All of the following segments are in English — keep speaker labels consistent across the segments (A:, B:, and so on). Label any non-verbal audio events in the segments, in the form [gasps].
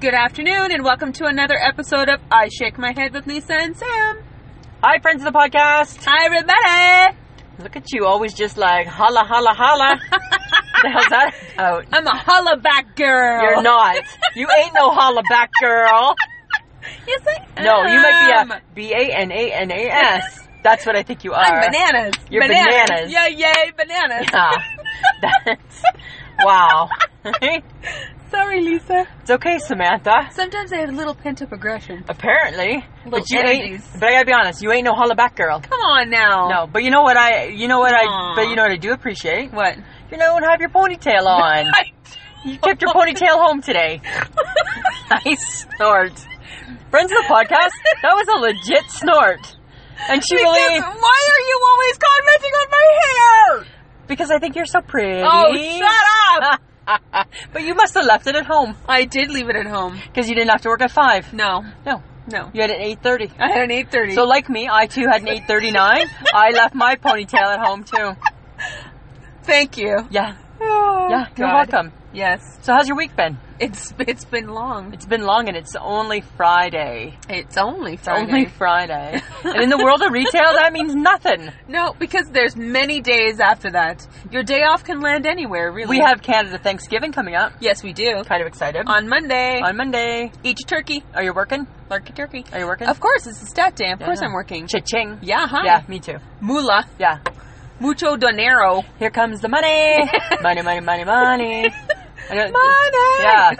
A: Good afternoon, and welcome to another episode of I Shake My Head with Lisa and Sam.
B: Hi, friends of the podcast.
A: Hi, everybody. [laughs]
B: Look at you, always just like holla, holla, holla. the
A: [laughs]
B: hell's that about?
A: I'm a holla back Oh, girl.
B: You're not. You ain't no holla back girl.
A: Yes, I
B: No, you
A: am.
B: might be a B A N A N A S. That's what I think you are.
A: Um, I'm bananas.
B: You're bananas.
A: Yeah, yay, bananas.
B: Yeah. [laughs] That's wow. [laughs] it's
A: [laughs] Sorry, Lisa.
B: okay, Samantha.
A: Sometimes I have a little pent up aggression.
B: Apparently,
A: Little
B: but you
A: energies.
B: ain't. But I gotta be honest, you ain't no holla back girl.
A: Come on now.
B: No, but you know what I? You know what
A: Aw.
B: I? But you know what I do appreciate? [laughs]
A: What? [laughs]
B: You don't have your ponytail on. You kept your ponytail home today. I snort. Friends of the podcast, that was a legit snort. And she really,
A: Because why are you always commenting on my hair?
B: because I think you're so pretty.
A: Oh, shut up.
B: but you must have left it at home
A: I did leave it at home.
B: because you didn't have to work at five.
A: No,
B: No,
A: no.
B: you had an eight thirty.
A: I had an 8:30.
B: So like me, I too had an eight thirty nine. I left my ponytail at home too.
A: thank you.
B: Yeah,
A: Oh,
B: yeah, you're
A: God.
B: welcome.
A: Yes,
B: So how's your week been?
A: it's it's been long.
B: It's been long and it's only Friday.
A: It's only
B: It's only Friday. [laughs] and in the world of retail, that means nothing.
A: [laughs] no, because there's many days after that. Your day off can land anywhere, really.
B: We have Canada Thanksgiving coming up.
A: yes, we do.
B: Kind of excited.
A: On Monday,
B: On Monday.
A: eat your turkey,
B: Are you working?
A: larky turkey.
B: Are you working?
A: Of course, it's a stat day. Of
B: Yeah, I
A: course,
B: know.
A: I'm working.
B: Cha-ching.
A: yeah, huh?
B: Yeah, me too.
A: Mula,
B: Yeah.
A: mucho dinero.
B: Here comes the
A: [laughs]
B: money. money, money, money, money. I don't-
A: Money.
B: [laughs] Yeah.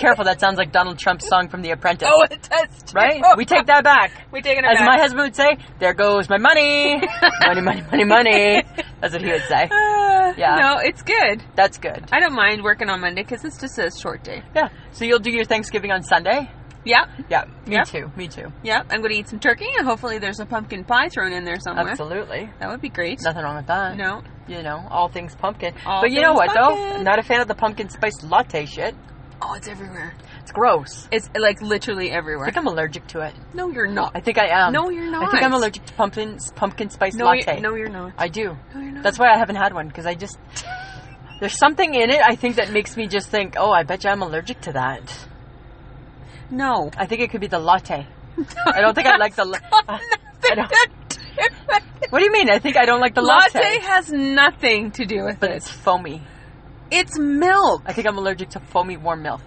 B: Careful, that sounds like Donald Trump's song from The Apprentice.
A: oh, it does. too. [laughs]
B: Right? We take that back.
A: We taking it
B: As
A: back. [laughs]
B: my husband would say, there goes my money. money, money, money,
A: [laughs]
B: money. That's what he would say.
A: Uh,
B: [laughs] Yeah.
A: No, it's good.
B: That's good.
A: I don't mind working on Monday because it's just a short day.
B: Yeah. So you'll do your Thanksgiving on Sunday?
A: Yep.
B: Yeah. Me
A: Yeah.
B: too. Me too.
A: Yep. I'm going to eat some turkey and hopefully there's a pumpkin pie thrown in there somewhere.
B: Absolutely.
A: That would be great.
B: Nothing wrong with that.
A: No.
B: You know, all things pumpkin.
A: All
B: but you know
A: things
B: what
A: pumpkin.
B: though? Not a fan of the pumpkin spice latte shit.
A: Oh, it's everywhere.
B: It's gross.
A: It's like literally
B: I
A: everywhere.
B: think I'm allergic to it.
A: No, you're not.
B: I think I am.
A: No, you're not.
B: I think I'm allergic to pumpkin pumpkin spice
A: No,
B: latte.
A: You're, no, you're not.
B: I do.
A: No, you're not.
B: That's why I haven't had one because I just there's something in it I think that makes me just think, oh, I bet you I'm allergic to that.
A: no.
B: I think it could be the latte. [laughs] I don't think I
A: [laughs]
B: like the la- I don't- What do you mean? I think I don't like the
A: the
B: latte.
A: latte. has nothing to do with
B: But
A: it.
B: it's foamy.
A: It's milk.
B: I think I'm allergic to foamy warm milk.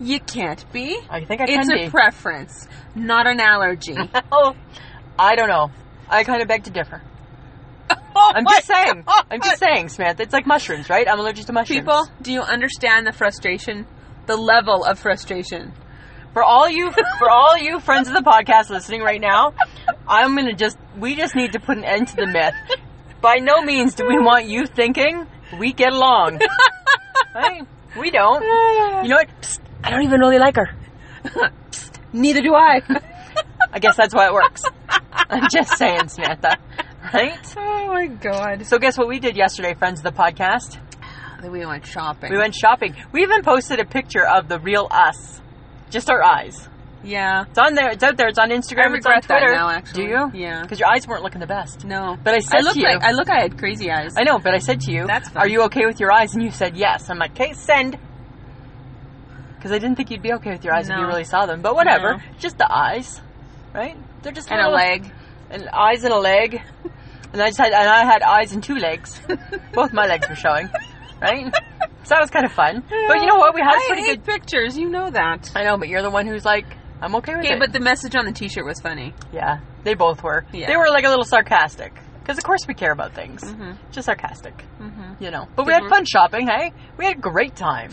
A: You can't be.
B: I think I
A: it's
B: can
A: a
B: be.
A: preference, not an
B: [laughs]
A: allergy.
B: Well, [laughs] I don't know. I kind of beg to differ.
A: [laughs] Oh
B: I'm
A: my
B: just saying. I'm
A: God.
B: just saying, Samantha. It's like mushrooms, right? I'm allergic to mushrooms.
A: People, do you understand the frustration? The level of frustration.
B: for all you, for all you friends of the podcast listening right now, I'm gonna just. We just need to put an end to the myth. By no means do we want you thinking we get along. Right? We don't.
A: Ah.
B: You know what? Psst, I don't even really like her.
A: Neither do I.
B: I guess that's why it works. I'm just saying, Samantha. Right?
A: [laughs] oh my god.
B: So guess what we did yesterday, friends of the podcast?
A: We went shopping.
B: We went shopping. We even posted a picture of the real us. Just our eyes.
A: Yeah.
B: It's on there. It's out there. It's on Instagram.
A: I regret
B: it's on
A: that
B: Twitter.
A: now, actually.
B: Do you?
A: Yeah.
B: Because your eyes weren't looking the best.
A: No.
B: But I said
A: I look
B: to you.
A: like I look I had crazy eyes.
B: I know, but I said to you,
A: That's fine.
B: "Are you okay with your eyes?" And you said yes. I'm like, "Okay, send." Because I didn't think you'd be okay with your eyes if
A: No.
B: you really saw them. But whatever.
A: No.
B: Just the eyes, right? They're just
A: and a
B: little-
A: leg.
B: and eyes and a leg. [laughs] And I just had and I had eyes and two legs. Both my legs were showing, right? So that was kind of fun. But you know what? We had
A: I
B: a pretty
A: hate
B: good
A: pictures. You know that.
B: I know, but you're the one who's like, I'm okay with
A: Okay,
B: it.
A: but the message on the T-shirt was funny.
B: yeah, they both were.
A: Yeah.
B: They were like a little sarcastic, because of course we care about things.
A: Mhm.
B: Just sarcastic,
A: Mm-hmm.
B: you know. But we
A: Did
B: had
A: we-
B: fun shopping. Hey, we had a great time.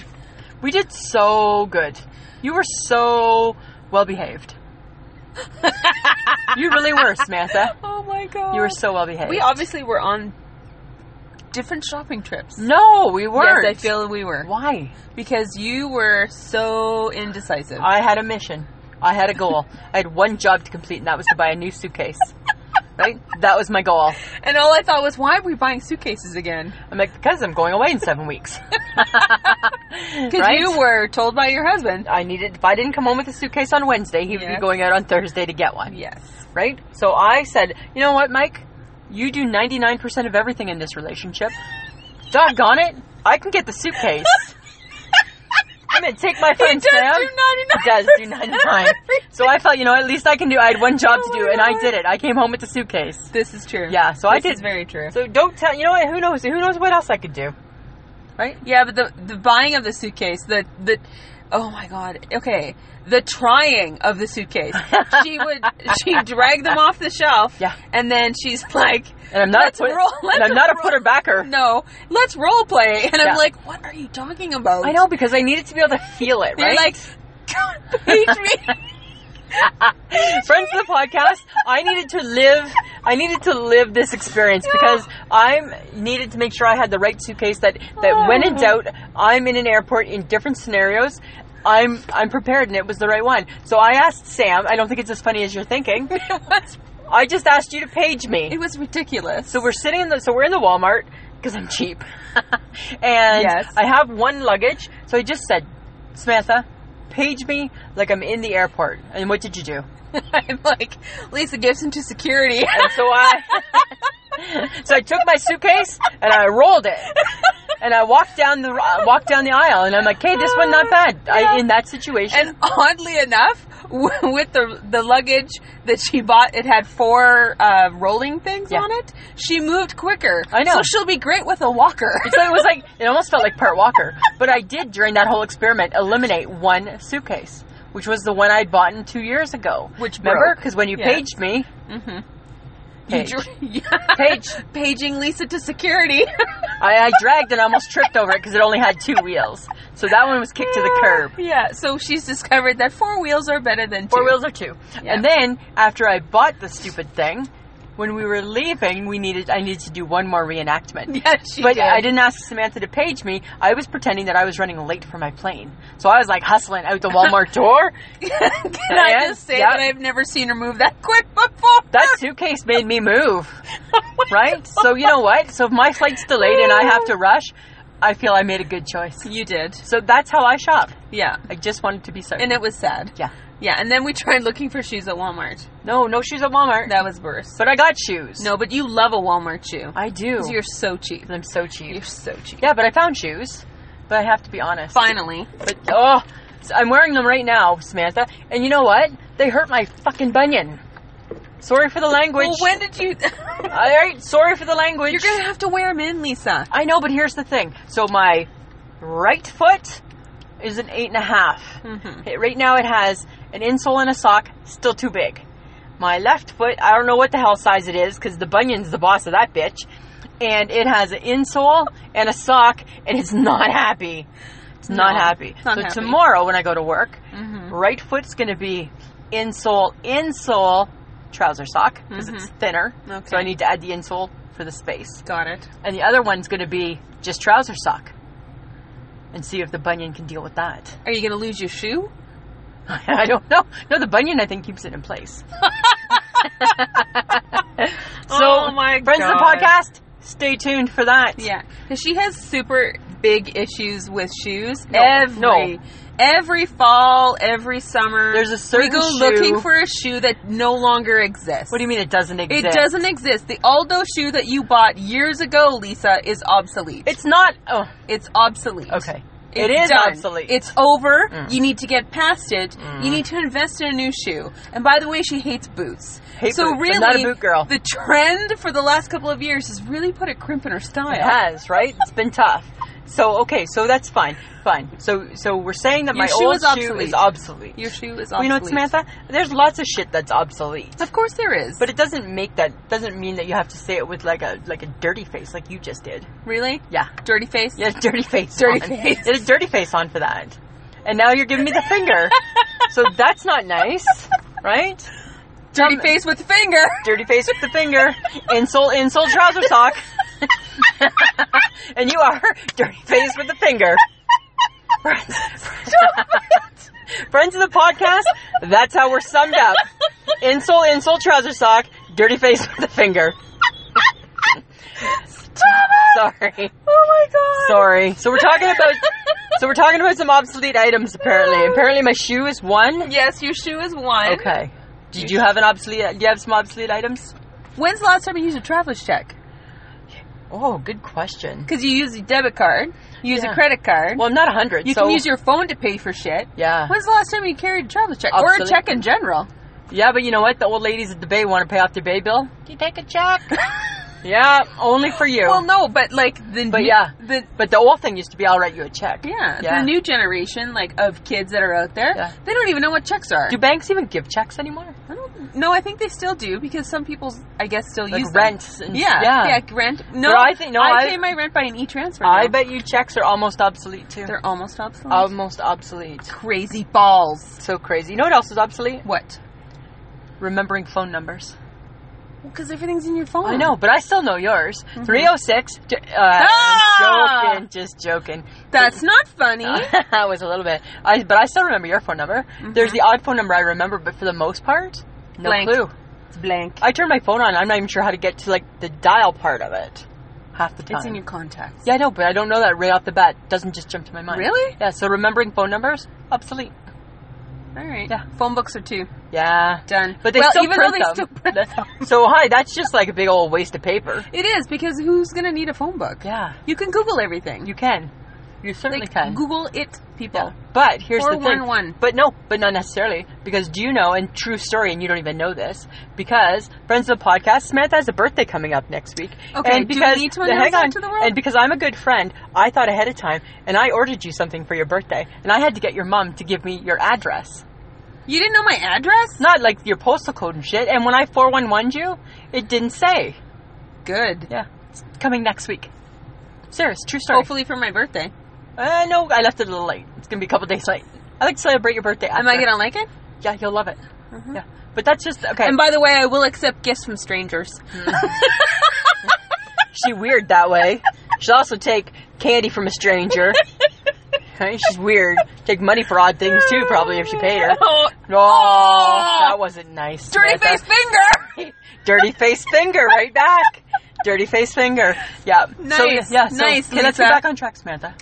B: We did so good. You were so well behaved. you really were, Samantha.
A: Oh my god!
B: You were so well behaved.
A: we obviously were on different shopping trips.
B: no, we weren't.
A: Yes, I feel we were
B: Why?
A: because you were so indecisive.
B: I had a mission. I had a goal. I had one job to complete, and that was to buy a new suitcase. Right? That was my goal.
A: and all I thought was, why are we buying suitcases
B: [laughs]
A: again?
B: I'm like, because I'm going away in seven weeks.
A: Because
B: Right?
A: you were told by your husband.
B: I needed, if I didn't come home with a suitcase on Wednesday, he would
A: Yes.
B: be going out on Thursday to get one.
A: Yes.
B: Right? So I said, you know what, Mike? You do 99% of everything [laughs] in this relationship. Doggone it. I can get the suitcase. I'm gonna take my
A: He
B: friend
A: does
B: Sam.
A: do 99.
B: He does do 99. So I felt, you know, at least I can do. I had one job to
A: Oh
B: do,
A: my
B: and I
A: God.
B: did it. I came home with a suitcase.
A: This is true.
B: Yeah, so I
A: This
B: did.
A: is very true.
B: so don't tell. You know what? Who knows? Who knows what else I could do? Right?
A: Yeah, but the the buying of the suitcase, the the oh my god. Okay. The trying of the
B: [laughs]
A: suitcase. she would she drag them off the shelf
B: Yeah.
A: and then she's like
B: And I'm not
A: Let's
B: a put,
A: roll-
B: and
A: let's
B: I'm not a
A: roll.
B: putter backer.
A: no, let's role play and
B: Yeah.
A: I'm like, What are you talking about?
B: I know because I needed to be able to feel it.
A: You're
B: Right?
A: like God, beat me.
B: [laughs] friends of the podcast i needed to live i needed to live this experience because i needed to make sure i had the right suitcase that that when in
A: Oh.
B: doubt i'm in an airport in different scenarios i'm i'm prepared and it was the right one so i asked sam i don't think it's as funny as you're
A: [laughs]
B: thinking
A: it, was,
B: i just asked you to page me
A: it was ridiculous.
B: so we're sitting in the so we're in the walmart because i'm cheap [laughs] and
A: Yes.
B: i have one luggage so i just said samantha page me like i'm in the airport and what did you do
A: [laughs] I'm like, Lisa gives him to security. [laughs]
B: And so I So I took my suitcase and I rolled it. And I walked down the I walked down the aisle and I'm like, "Okay, this one not bad." I, in that situation,
A: And oddly enough, [laughs] w- with the the luggage that she bought, it had four uh, rolling things
B: Yeah.
A: on it. She moved quicker.
B: I know.
A: So she'll be great with a walker.
B: so it was like it almost felt like part Walker. But I did during that whole experiment eliminate one suitcase, which was the one I'd bought in 2 years ago.
A: Which
B: remember
A: broke.
B: because when you
A: Yeah.
B: paged me,
A: [laughs] You
B: page.
A: dr- [laughs] yeah.
B: Page.
A: Paging Lisa to security.
B: I, I dragged and I almost tripped over it because it only had two wheels. So that one was kicked to the curb.
A: [laughs] Yeah. So she's discovered that four wheels are better than
B: Four
A: two.
B: wheels or two.
A: Yeah.
B: And then after I bought the stupid thing, when we were leaving, we needed I needed to do one more reenactment.
A: [laughs] Yeah, she
B: but uh,
A: did.
B: I didn't ask Samantha to page me. I was pretending that I was running late for my plane. So I was like hustling out
A: [laughs]
B: the Walmart door.
A: Can I just say
B: Oh, Yeah.
A: that I've never seen her move that quick before?
B: That suitcase made me
A: [laughs]
B: move.
A: Oh
B: Right? So you know what? So if my flight's delayed and I have
A: [gasps]
B: to rush, I feel I made a good choice.
A: You did.
B: So that's how I shop.
A: Yeah.
B: I just wanted to be certain.
A: And it was sad.
B: yeah.
A: Yeah. And then we tried looking for shoes at Walmart.
B: No, no shoes at Walmart.
A: That was worse.
B: But I got shoes.
A: No, but you love a Walmart shoe.
B: I do.
A: 'Cause You're so cheap.
B: I'm so cheap.
A: You're so cheap.
B: Yeah, but I found shoes. But I have to be honest.
A: Finally.
B: But oh, so I'm wearing them right now, Samantha. And you know what? They hurt my fucking bunion. Sorry for the language.
A: well, when did
B: [laughs]
A: you?
B: All right, sorry for the language.
A: You're gonna have to wear them in, Lisa.
B: I know, but here's the thing. So my right foot is an eight and a half.
A: Mm-hmm.
B: It- Right now, it has an insole and a sock. Still too big. My left foot, I don't know what the hell size it is because the bunion's the boss of that bitch. And it has an insole and a sock, and it's [laughs] not happy. It's not
A: No,
B: happy.
A: not
B: so
A: happy.
B: tomorrow when I go to work,
A: Mm-hmm.
B: right foot's going to be insole, insole, trouser sock because it's thinner.
A: Mm-hmm. Okay.
B: So I need to add the insole for the space.
A: Got it.
B: And the other one's going to be just trouser sock. And see if the bunion can deal with that.
A: Are you gonna lose your shoe?
B: [laughs] I don't know. No, the bunion I think keeps it in place. [laughs] so,
A: Oh, my
B: friends of the
A: God.
B: podcast, stay tuned for that.
A: Yeah, because she has super big issues with shoes.
B: No,
A: every
B: no.
A: every fall, every summer,
B: There's a
A: we
B: certain
A: go
B: shoe-
A: looking for a shoe that no longer exists.
B: What do you mean it doesn't
A: It
B: exist?
A: doesn't exist. The Aldo shoe that you bought years ago, Lisa, is obsolete.
B: It's not. Oh,
A: it's obsolete.
B: okay.
A: It's
B: it is
A: done.
B: obsolete.
A: It's over.
B: Mm.
A: You need to get past it.
B: Mm.
A: You need to invest in a new shoe. And by the way, she hates boots.
B: Hate
A: so
B: boots. I'm
A: really,
B: not a boot girl.
A: the trend for the last couple of years has really put a crimp in her style.
B: It has, right? It's been tough. So okay, so that's fine, fine. So so we're saying that
A: Your
B: my
A: shoe
B: old
A: is
B: shoe
A: obsolete.
B: is obsolete.
A: Your shoe is
B: Well,
A: obsolete.
B: you know what, Samantha? There's lots of shit that's obsolete,
A: Of course there is.
B: but it doesn't make that doesn't mean that you have to say it with like a like a dirty face, like you just did.
A: really,
B: Yeah,
A: dirty face. [laughs]
B: yeah, dirty face,
A: Dirty
B: on.
A: face.
B: Did a dirty face on for that, and now you're giving me the finger.
A: [laughs]
B: so that's not nice, right?
A: Dirty
B: Um,
A: face with finger.
B: dirty face with the finger, insole, insole, trouser sock. [laughs] and you are dirty face with the finger. Friends, friends of the podcast, that's how we're summed up. Insole, insole, trouser sock, dirty face with the finger. Sorry.
A: Oh my god.
B: Sorry. So we're [laughs] talking about
A: [laughs]
B: so we're talking about some obsolete items apparently. Apparently my shoe is
A: [laughs]
B: one.
A: Yes, your shoe is one.
B: Okay. Did you have an obsolete do you have some obsolete items?
A: When's the last time you used a traveler's check?
B: Oh, good question.
A: Because you used a debit card. use
B: Yeah.
A: a credit card.
B: Well, not a hundred.
A: you
B: so,
A: can use your phone to pay for shit.
B: Yeah.
A: When's the last time you carried a travel check or a
B: Absolutely.
A: check in general?
B: Yeah, but you know what? The old ladies at the bay want to pay off their bay bill.
A: Do you take a check?
B: Yeah, only for you.
A: [laughs] well, no, but like the
B: But
A: new-
B: yeah.
A: the
B: but the old thing used to be, I'll write you a check.
A: yeah,
B: Yeah.
A: the new generation like of kids that are out there,
B: Yeah.
A: they don't even know what checks are.
B: Do banks even give checks anymore?
A: I don't, no, I think they still do because some people, I guess, still
B: Like
A: use them.
B: rent. And,
A: Yeah, yeah, rent. No,
B: But I think- no,
A: I
B: I-
A: pay my rent by an e-transfer.
B: I
A: now.
B: bet Um, you checks are almost obsolete too.
A: they're almost obsolete.
B: almost obsolete.
A: crazy balls.
B: So crazy. You know what else is obsolete?
A: What?
B: Remembering phone numbers.
A: Because everything's in your phone.
B: I know, but I still know yours. 306. j- Uh, I'm
A: Mm-hmm. Ah!
B: Joking, just joking.
A: That's not funny.
B: [laughs] that was a little bit. I, but I still remember your phone number. There's the odd phone number I remember, but for the most part,
A: Mm-hmm.
B: no
A: Blank.
B: clue.
A: it's blank.
B: I turn my phone on. I'm not even sure how to get to like the dial part of it. Half the time.
A: It's in your contacts.
B: yeah, I know, but I don't know that right off the bat. Doesn't just jump to my mind.
A: Really?
B: Yeah. So remembering phone numbers, obsolete.
A: All right.
B: Yeah.
A: Phone books are two.
B: Yeah.
A: Done.
B: But they
A: well,
B: still
A: even
B: print
A: though they
B: them.
A: still print them.
B: So hi, that's just like a big old waste of paper.
A: [laughs] It is because who's gonna need a phone book?
B: Yeah.
A: You can Google everything.
B: You can. You certainly
A: like
B: can.
A: Google it, people.
B: Yeah. But here's the thing.
A: 411.
B: But no, but not necessarily. Because do you know, and true story, and you don't even know this, because friends of the podcast, Samantha has a birthday coming up next week.
A: Okay,
B: and
A: do we
B: because,
A: need to
B: hang
A: announce that
B: on,
A: to the world?
B: And because I'm a good friend, I thought ahead of time, and I ordered you something for your birthday, and I had to get your mom to give me your address.
A: You didn't know my address?
B: Not like your postal code and shit, and when I 411 you, it didn't say.
A: Good.
B: Yeah. It's coming next week. Serious, true story.
A: Hopefully for my birthday.
B: Uh, no, I left it a little late. It's gonna be a couple days late. I like to celebrate your birthday.
A: Am I
B: after.
A: gonna like it?
B: Yeah, you'll love it. Yeah, but that's just okay.
A: Mm-hmm. And by the way, I will accept gifts from strangers.
B: she weird
A: [laughs]
B: that way. She'll also take candy from a stranger. Right? She's weird. Take money for odd things too, probably if she paid her.
A: [laughs] Oh,
B: Oh, that wasn't nice.
A: dirty
B: Samantha.
A: face finger.
B: dirty face finger, right back. Dirty face finger. Yeah. So,
A: Nice,
B: yeah. So,
A: nice,
B: Okay, let's
A: Lisa.
B: get back on track, Samantha.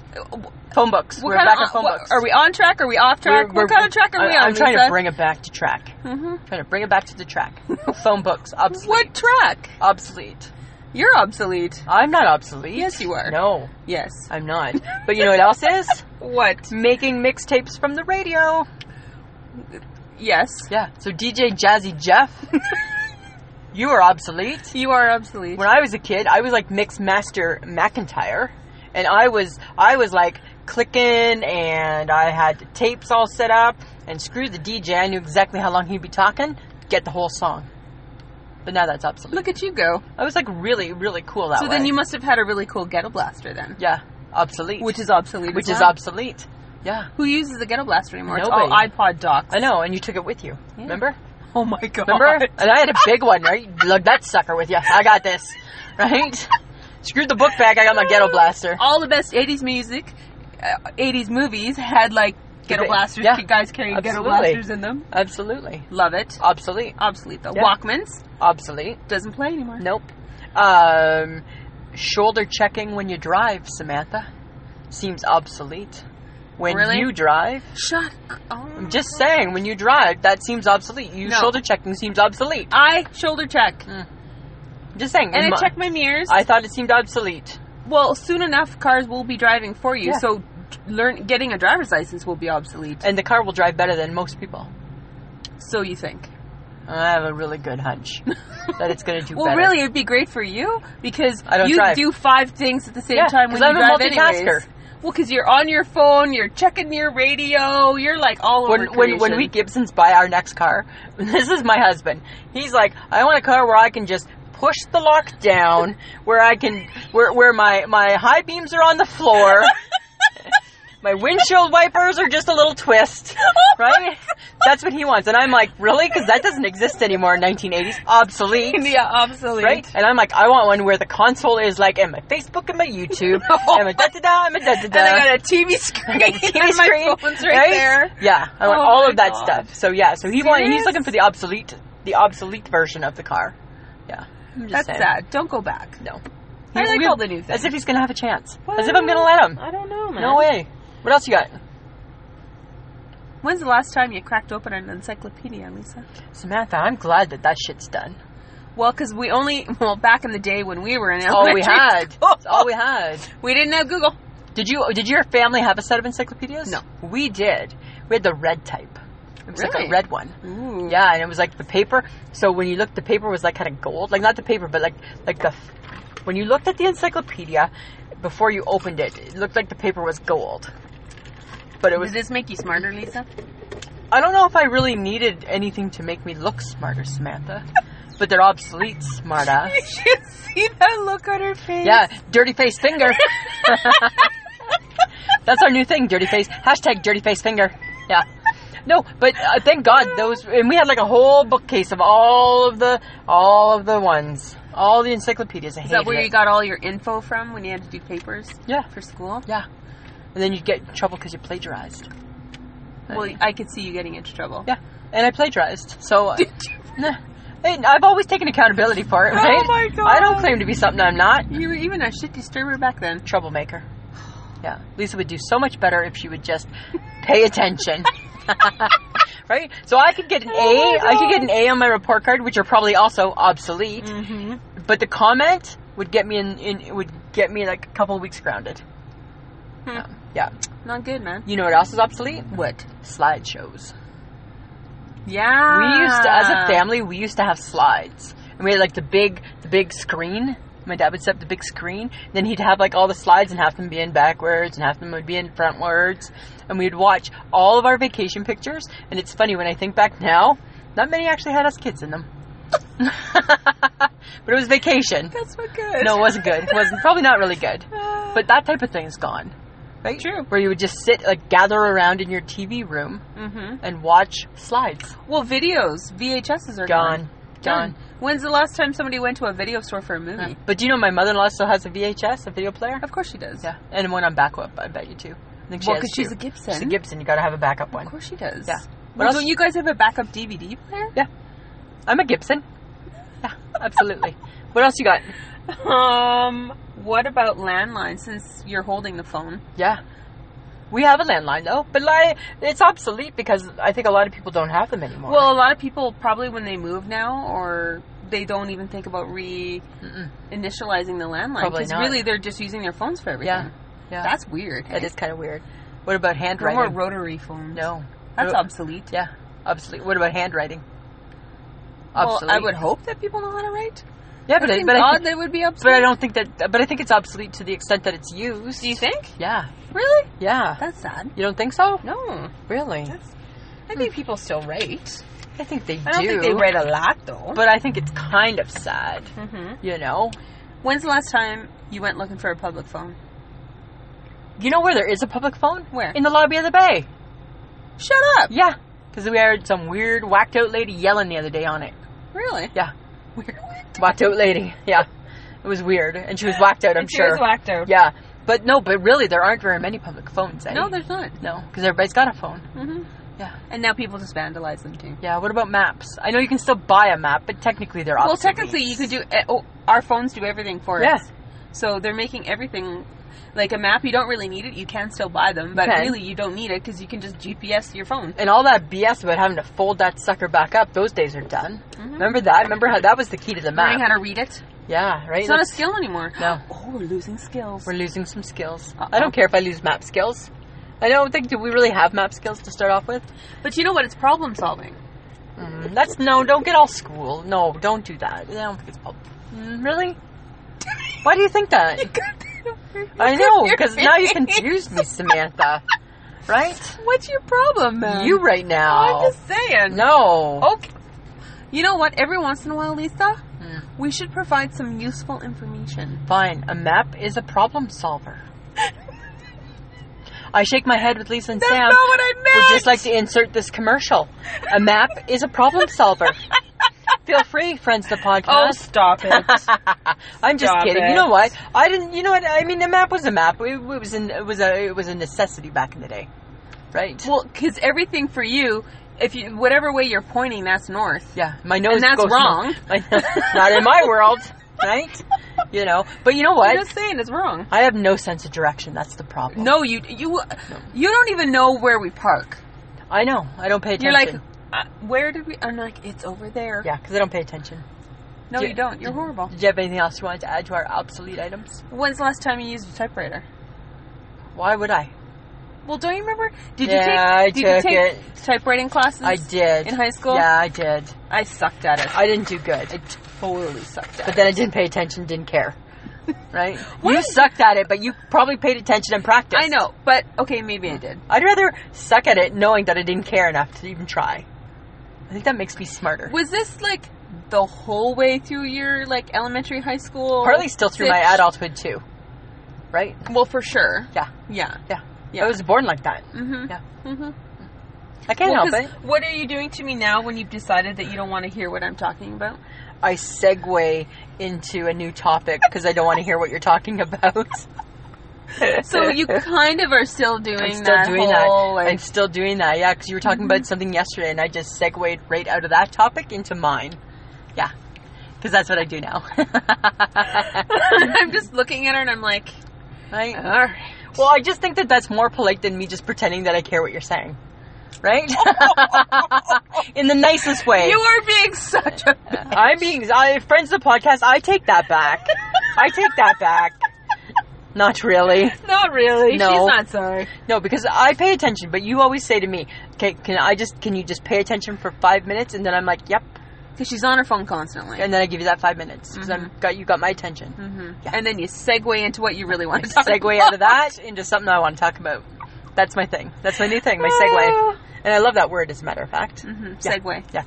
B: Phone books.
A: What
B: [laughs] We're
A: kind of
B: back on phone
A: what-
B: books.
A: Are we on track? Are we off track? what kind of track are we
B: I-
A: on?
B: I'm trying
A: Lisa?
B: to bring it back to track.
A: Mhm.
B: Trying to bring it back to
A: [laughs]
B: the track. Phone books, obsolete.
A: Mm-hmm. What track?
B: Obsolete.
A: You're obsolete.
B: I'm not obsolete.
A: Yes, you are.
B: No,
A: Yes.
B: I'm not. But you know what else
A: [laughs]
B: is?
A: What?
B: Making mixtapes from the radio.
A: Yes.
B: Yeah. So DJ Jazzy
A: [laughs]
B: Jeff, you are obsolete.
A: You are obsolete.
B: When I was a kid, I was like mix master McIntyre, and I was I was like clicking, and I had tapes all set up, and screw the DJ. I knew exactly how long he'd be talking. Get the whole song. But now that's obsolete.
A: Look at you go.
B: I was like really, really cool that
A: so
B: way.
A: then you must have had a really cool ghetto blaster then,
B: yeah, obsolete.
A: which is obsolete.
B: which
A: as
B: is
A: well.
B: obsolete. Yeah,
A: Who uses a ghetto blaster anymore? It's all
B: Nobody.
A: iPod docs.
B: I know. And you took it with you.
A: Yeah.
B: Remember?
A: Oh my god. [laughs]
B: Remember? And I had a big one, right? You Lugged that sucker with you. I got this,
A: [laughs]
B: right? Screwed the book bag. I got my ghetto blaster.
A: All the best '80s music, uh, '80s movies had like ghetto
B: Yeah.
A: blasters.
B: Yeah.
A: Guys carrying ghetto
B: Absolutely.
A: blasters in them.
B: Absolutely.
A: Love it.
B: Obsolete.
A: Obsolete though.
B: Yeah.
A: Walkmans
B: Obsolete.
A: doesn't play anymore.
B: Nope. Um, shoulder checking when you drive, Samantha, seems obsolete. When
A: Really?
B: you drive,
A: Shut up.
B: I'm just saying. When you drive, that seems obsolete. You
A: No.
B: shoulder checking seems obsolete.
A: I shoulder check.
B: Just saying.
A: And I
B: My-
A: check my mirrors.
B: I thought it seemed obsolete.
A: well, soon enough, cars will be driving for you,
B: Yeah.
A: so learn getting a driver's license will be obsolete.
B: And the car will drive better than most people.
A: So you think?
B: I have a really
A: [laughs]
B: good hunch that it's going to do
A: Well,
B: better.
A: really, it'd be great for you because
B: I don't
A: you
B: drive.
A: do five things at the same
B: Yeah,
A: time when
B: 'cause
A: you
B: I'm a
A: drive
B: multitasker.
A: anyways. Well, because you're on your phone, you're checking your radio, you're like all over
B: When, when, when
A: creation. [laughs]
B: we Gibsons buy our next car, [laughs] this is my husband. He's like, I want a car where I can just push the
A: [laughs]
B: lock down, where I can, where, where my, my high beams are on
A: [laughs]
B: the floor, my windshield wipers are just a little twist,
A: [laughs]
B: right? That's what he wants. And I'm like, really? Because that doesn't exist anymore in 1980s. Obsolete.
A: [laughs] yeah, obsolete.
B: Right? And I'm like, I want one where the console is like, am I Facebook, am
A: [laughs]
B: I YouTube, am I da da da, am I da da da.
A: And I got a TV
B: [laughs]
A: screen. [laughs]
B: Uh, I got a TV
A: and
B: screen,
A: my phone's right,
B: right?
A: there.
B: Yeah, I want
A: Oh
B: all
A: my
B: of that
A: God.
B: stuff. So yeah, so he want, he's
A: Serious?
B: looking for the obsolete, the obsolete version of the car. Yeah, I'm just
A: That's
B: saying.
A: sad. Don't go back.
B: No,
A: I
B: He's
A: like
B: real-
A: all the new things.
B: As if he's gonna have a chance. As if I'm gonna let him.
A: I don't know, man.
B: No way. What else you got,
A: When's the last time you cracked open an encyclopedia, Lisa?
B: Samantha? I'm glad that that
A: [laughs]
B: shit's done.
A: Well, because we only well back in the day when we were in
B: All
A: [laughs]
B: we
A: elementary
B: had.
A: school,
B: It's all we had.
A: we didn't have Google.
B: Did you did your family have a set of encyclopedias?
A: No.
B: We did. We had the red type. It was like
A: Really?
B: a red one.
A: Ooh.
B: Yeah, and it was like the paper. So when you looked, the paper was like kind of gold, like not the paper, but like like the when you looked at the encyclopedia before you opened it, it looked like the paper was gold. But it
A: Does
B: was.
A: this make you smarter, Lisa?
B: I don't know if I really needed anything to make me look smarter, Samantha. but they're obsolete, smarta.
A: [laughs] You should see that look on her face.
B: Yeah, dirty
A: [laughs]
B: face finger. That's our new thing, dirty face. Hashtag dirty face finger. Yeah. No, but uh, thank God those, and we had like a whole bookcase of all of the, all of the ones, all the encyclopedias. I
A: Is that
B: hated
A: where
B: it.
A: you got all your info from when you had to do papers
B: Yeah,
A: for school?
B: yeah. And then you'd get in trouble because you plagiarized.
A: Well, I could see you getting into trouble.
B: yeah, and I plagiarized. So, uh, nah. Hey, I've always taken accountability for it. Right?
A: Oh my God.
B: I don't claim to be something I'm not.
A: You were even a shit disturber back then.
B: troublemaker. Yeah, Lisa would do so much better if she would just pay attention. [laughs] right? So I could get an A.
A: Oh
B: I
A: my
B: could get an A on my report card, which are probably also obsolete.
A: Mm-hmm.
B: But the comment would get me in, in. Would get me like a couple of weeks grounded.
A: Hmm.
B: Yeah. yeah.
A: Not good, man.
B: You know what else is obsolete?
A: What?
B: Slideshows.
A: Yeah.
B: We used to, as
A: Ah.
B: a family, we used to have slides, and we had like the big, the big screen. My dad would set up the big screen. Then he'd have like all the slides, and half them be in backwards, and half them would be in frontwards. And we'd watch all of our vacation pictures. And it's funny when I think back now, not many actually had us kids in them. [laughs] but it was vacation.
A: That's what good. Ah,
B: No,
A: [laughs]
B: it wasn't good. It wasn't probably not really good.
A: but
B: But that type of thing is gone, right?
A: True.
B: Where you would just sit, like gather around in your TV room
A: hmm
B: and watch slides.
A: well, videos, VHSs are
B: Gone.
A: gone.
B: Gone.
A: When's the last time somebody went to a video store for a movie?
B: Yeah. Um, But do you know my mother-in-law still has a VHS, a video player?
A: Of course she does.
B: Yeah, and one on backup. I bet you too. I think she
A: Well,
B: has
A: because she's
B: two.
A: a Gibson.
B: She's a Gibson. You gotta have a backup
A: Of
B: one.
A: course she does.
B: Yeah. What
A: Well,
B: else-
A: don't you guys have a backup DVD player?
B: I'm a Gibson. Yeah, absolutely. what else you got?
A: [laughs] Um, what about landline since you're holding the phone?
B: Yeah, we have a landline though, but like it's obsolete because I think a lot of people don't have them anymore.
A: Well, a lot of people probably when they move now or they don't even think about re
B: Mm-mm.
A: initializing the landline
B: Probably
A: because
B: not.
A: really they're just using their phones for everything.
B: yeah, yeah,
A: That's weird.
B: that is kind of weird. What about
A: No more
B: handwriting?
A: rotary phones.
B: no,
A: That's
B: Ro-
A: obsolete.
B: yeah, obsolete. What about handwriting?
A: Well, I would hope that people know how to write.
B: Yeah, but I,
A: Seems
B: but, I
A: odd
B: think,
A: that it would be
B: but
A: obsolete.
B: I don't think that. But I think it's obsolete to the extent that it's used.
A: Do you think?
B: Yeah,
A: Really?
B: yeah.
A: That's sad.
B: You don't think so?
A: No.
B: Really? Hmm.
A: That's, I think people still write.
B: I think they
A: I don't
B: do.
A: think they write a lot though.
B: But I think it's kind of sad,
A: hmm
B: you know?
A: When's the last time you went looking for a public phone?
B: You know where there is a public phone?
A: Where?
B: In the lobby of the bay.
A: Shut up.
B: Yeah. Because we heard some weird whacked out lady yelling the other day on it.
A: Really?
B: Yeah.
A: Weird.
B: Whacked out lady. [laughs] Yeah. It was weird. And she was whacked out, I'm
A: she
B: sure.
A: was whacked out.
B: yeah. But no, but really, there aren't very many public phones. Eh?
A: No, there's not.
B: No, because everybody's got a phone.
A: hmm
B: Yeah.
A: And now people just vandalize them too.
B: Yeah, what about maps? I know you can still buy a map, but technically they're
A: Well,
B: obsolete.
A: technically, you could do. eh, Oh, our phones do everything for
B: Yeah.
A: us. So they're making everything like a map. You don't really need it. You can still buy them, but
B: can.
A: really, you don't need it because you can just GPS your phone.
B: And all that BS about having to fold that sucker back up, those days are done.
A: Mhm.
B: Remember that? Remember how that was the key to the map?
A: Learning how to read it.
B: Yeah, right.
A: It's not a
B: Let's-
A: skill anymore.
B: No.
A: Oh, we're losing skills.
B: We're losing some skills.
A: Uh-oh.
B: I don't care if I lose map skills. I don't think do we really have map skills to start off with.
A: but you know what? It's problem solving.
B: Mm, that's no. Don't get all school. No, don't do that. I don't think it's public. Mm, really? Why do [laughs] you think [laughs] that? I know because now
A: [laughs]
B: you [laughs] confuse me, Samantha. Right?
A: What's your problem, man?
B: You right now.
A: I'm just saying.
B: no.
A: Okay. You know what? Every once in a while, Lisa,
B: Mm.
A: we should provide some useful information.
B: Fine. A map is a problem solver. I shake my head with Lisa and
A: That's
B: Sam.
A: not what I meant.
B: Would just like to insert this commercial. A map is a
A: [laughs]
B: problem solver. Feel free, friends of the
A: oh,
B: podcast.
A: stop it. [laughs]
B: I'm just
A: stop
B: kidding. You
A: it.
B: know what? I didn't. You know what? I mean, a map was a map. It, it was an, it was a it was a necessity back in the day, right?
A: well, because everything for you, if you whatever way you're pointing, that's north.
B: yeah, my nose
A: And that's
B: goes
A: wrong.
B: My, not in my world, right? You know. But you know what?
A: I'm just saying it's wrong.
B: I have no sense of direction. That's the problem.
A: No, you you you don't even know where we park.
B: I know. I don't pay attention.
A: You're like, uh, where did we? I'm like, it's over there.
B: yeah, because I don't pay attention.
A: No,
B: Yeah.
A: you don't. You're horrible.
B: Did you have anything else you wanted to add to our obsolete items?
A: When's the last time you used a typewriter?
B: Why would I?
A: Well, don't you remember? Did you
B: Yeah,
A: take?
B: I
A: did
B: took
A: you take
B: it.
A: typewriting classes?
B: I did.
A: in high school.
B: Yeah, I did.
A: I sucked at it.
B: I didn't do good.
A: I totally sucked at
B: [laughs] But
A: it.
B: then I didn't pay attention, didn't
A: [laughs]
B: care. Right? you
A: What?
B: sucked at it, but you probably paid attention and practiced.
A: I know, but okay, maybe
B: Mm.
A: I did.
B: I'd rather suck at it knowing that I didn't care enough to even try. I think that makes me smarter.
A: Was this like the whole way through your like elementary, high school?
B: Partly still through my
A: Did-
B: adulthood too. Right?
A: Well, for sure.
B: Yeah.
A: Yeah.
B: Yeah.
A: Yeah.
B: I was born like that.
A: Mm-hmm.
B: Yeah.
A: Mm-hmm.
B: I can't
A: Well,
B: help it.
A: 'cause What are you doing to me now when you've decided that you don't want to hear what I'm talking about?
B: I segue into a new topic because I don't want to hear what you're talking [laughs] about. [laughs]
A: So you kind of are still doing
B: I'm still
A: that
B: doing
A: whole
B: that. I'm
A: like Mm-hmm.
B: still doing that. Yeah, because you were talking about something yesterday, and I just segued right out of that topic into mine. Yeah, because that's what I do now.
A: [laughs]
B: [laughs]
A: I'm just looking at her and I'm like,
B: right?
A: all right.
B: Well, I just think that that's more polite than me just pretending that I care what you're saying. Right? [laughs] In the nicest way.
A: You are being such a
B: [laughs]
A: bitch.
B: I'm being I, friends of the podcast. I take that back. I take that back. Not really.
A: Not really.
B: No.
A: She's not sorry.
B: No, because I pay attention, but you always say to me, "Okay, can I just can you just pay attention for 5 minutes?" and then I'm like, "Yep."
A: Because she's on her phone constantly.
B: And then I give you that 5 minutes because I'm
A: Mm-hmm.
B: got you got my attention.
A: hmm
B: Yeah.
A: And then you segue into what you really want to talk
B: Segue
A: about.
B: out
A: [laughs]
B: of that into something I want to talk about. That's my thing. That's my new thing, my segue.
A: [laughs]
B: And I love that word as a matter of fact.
A: Mm-hmm.
B: Yeah.
A: Segue.
B: Yeah.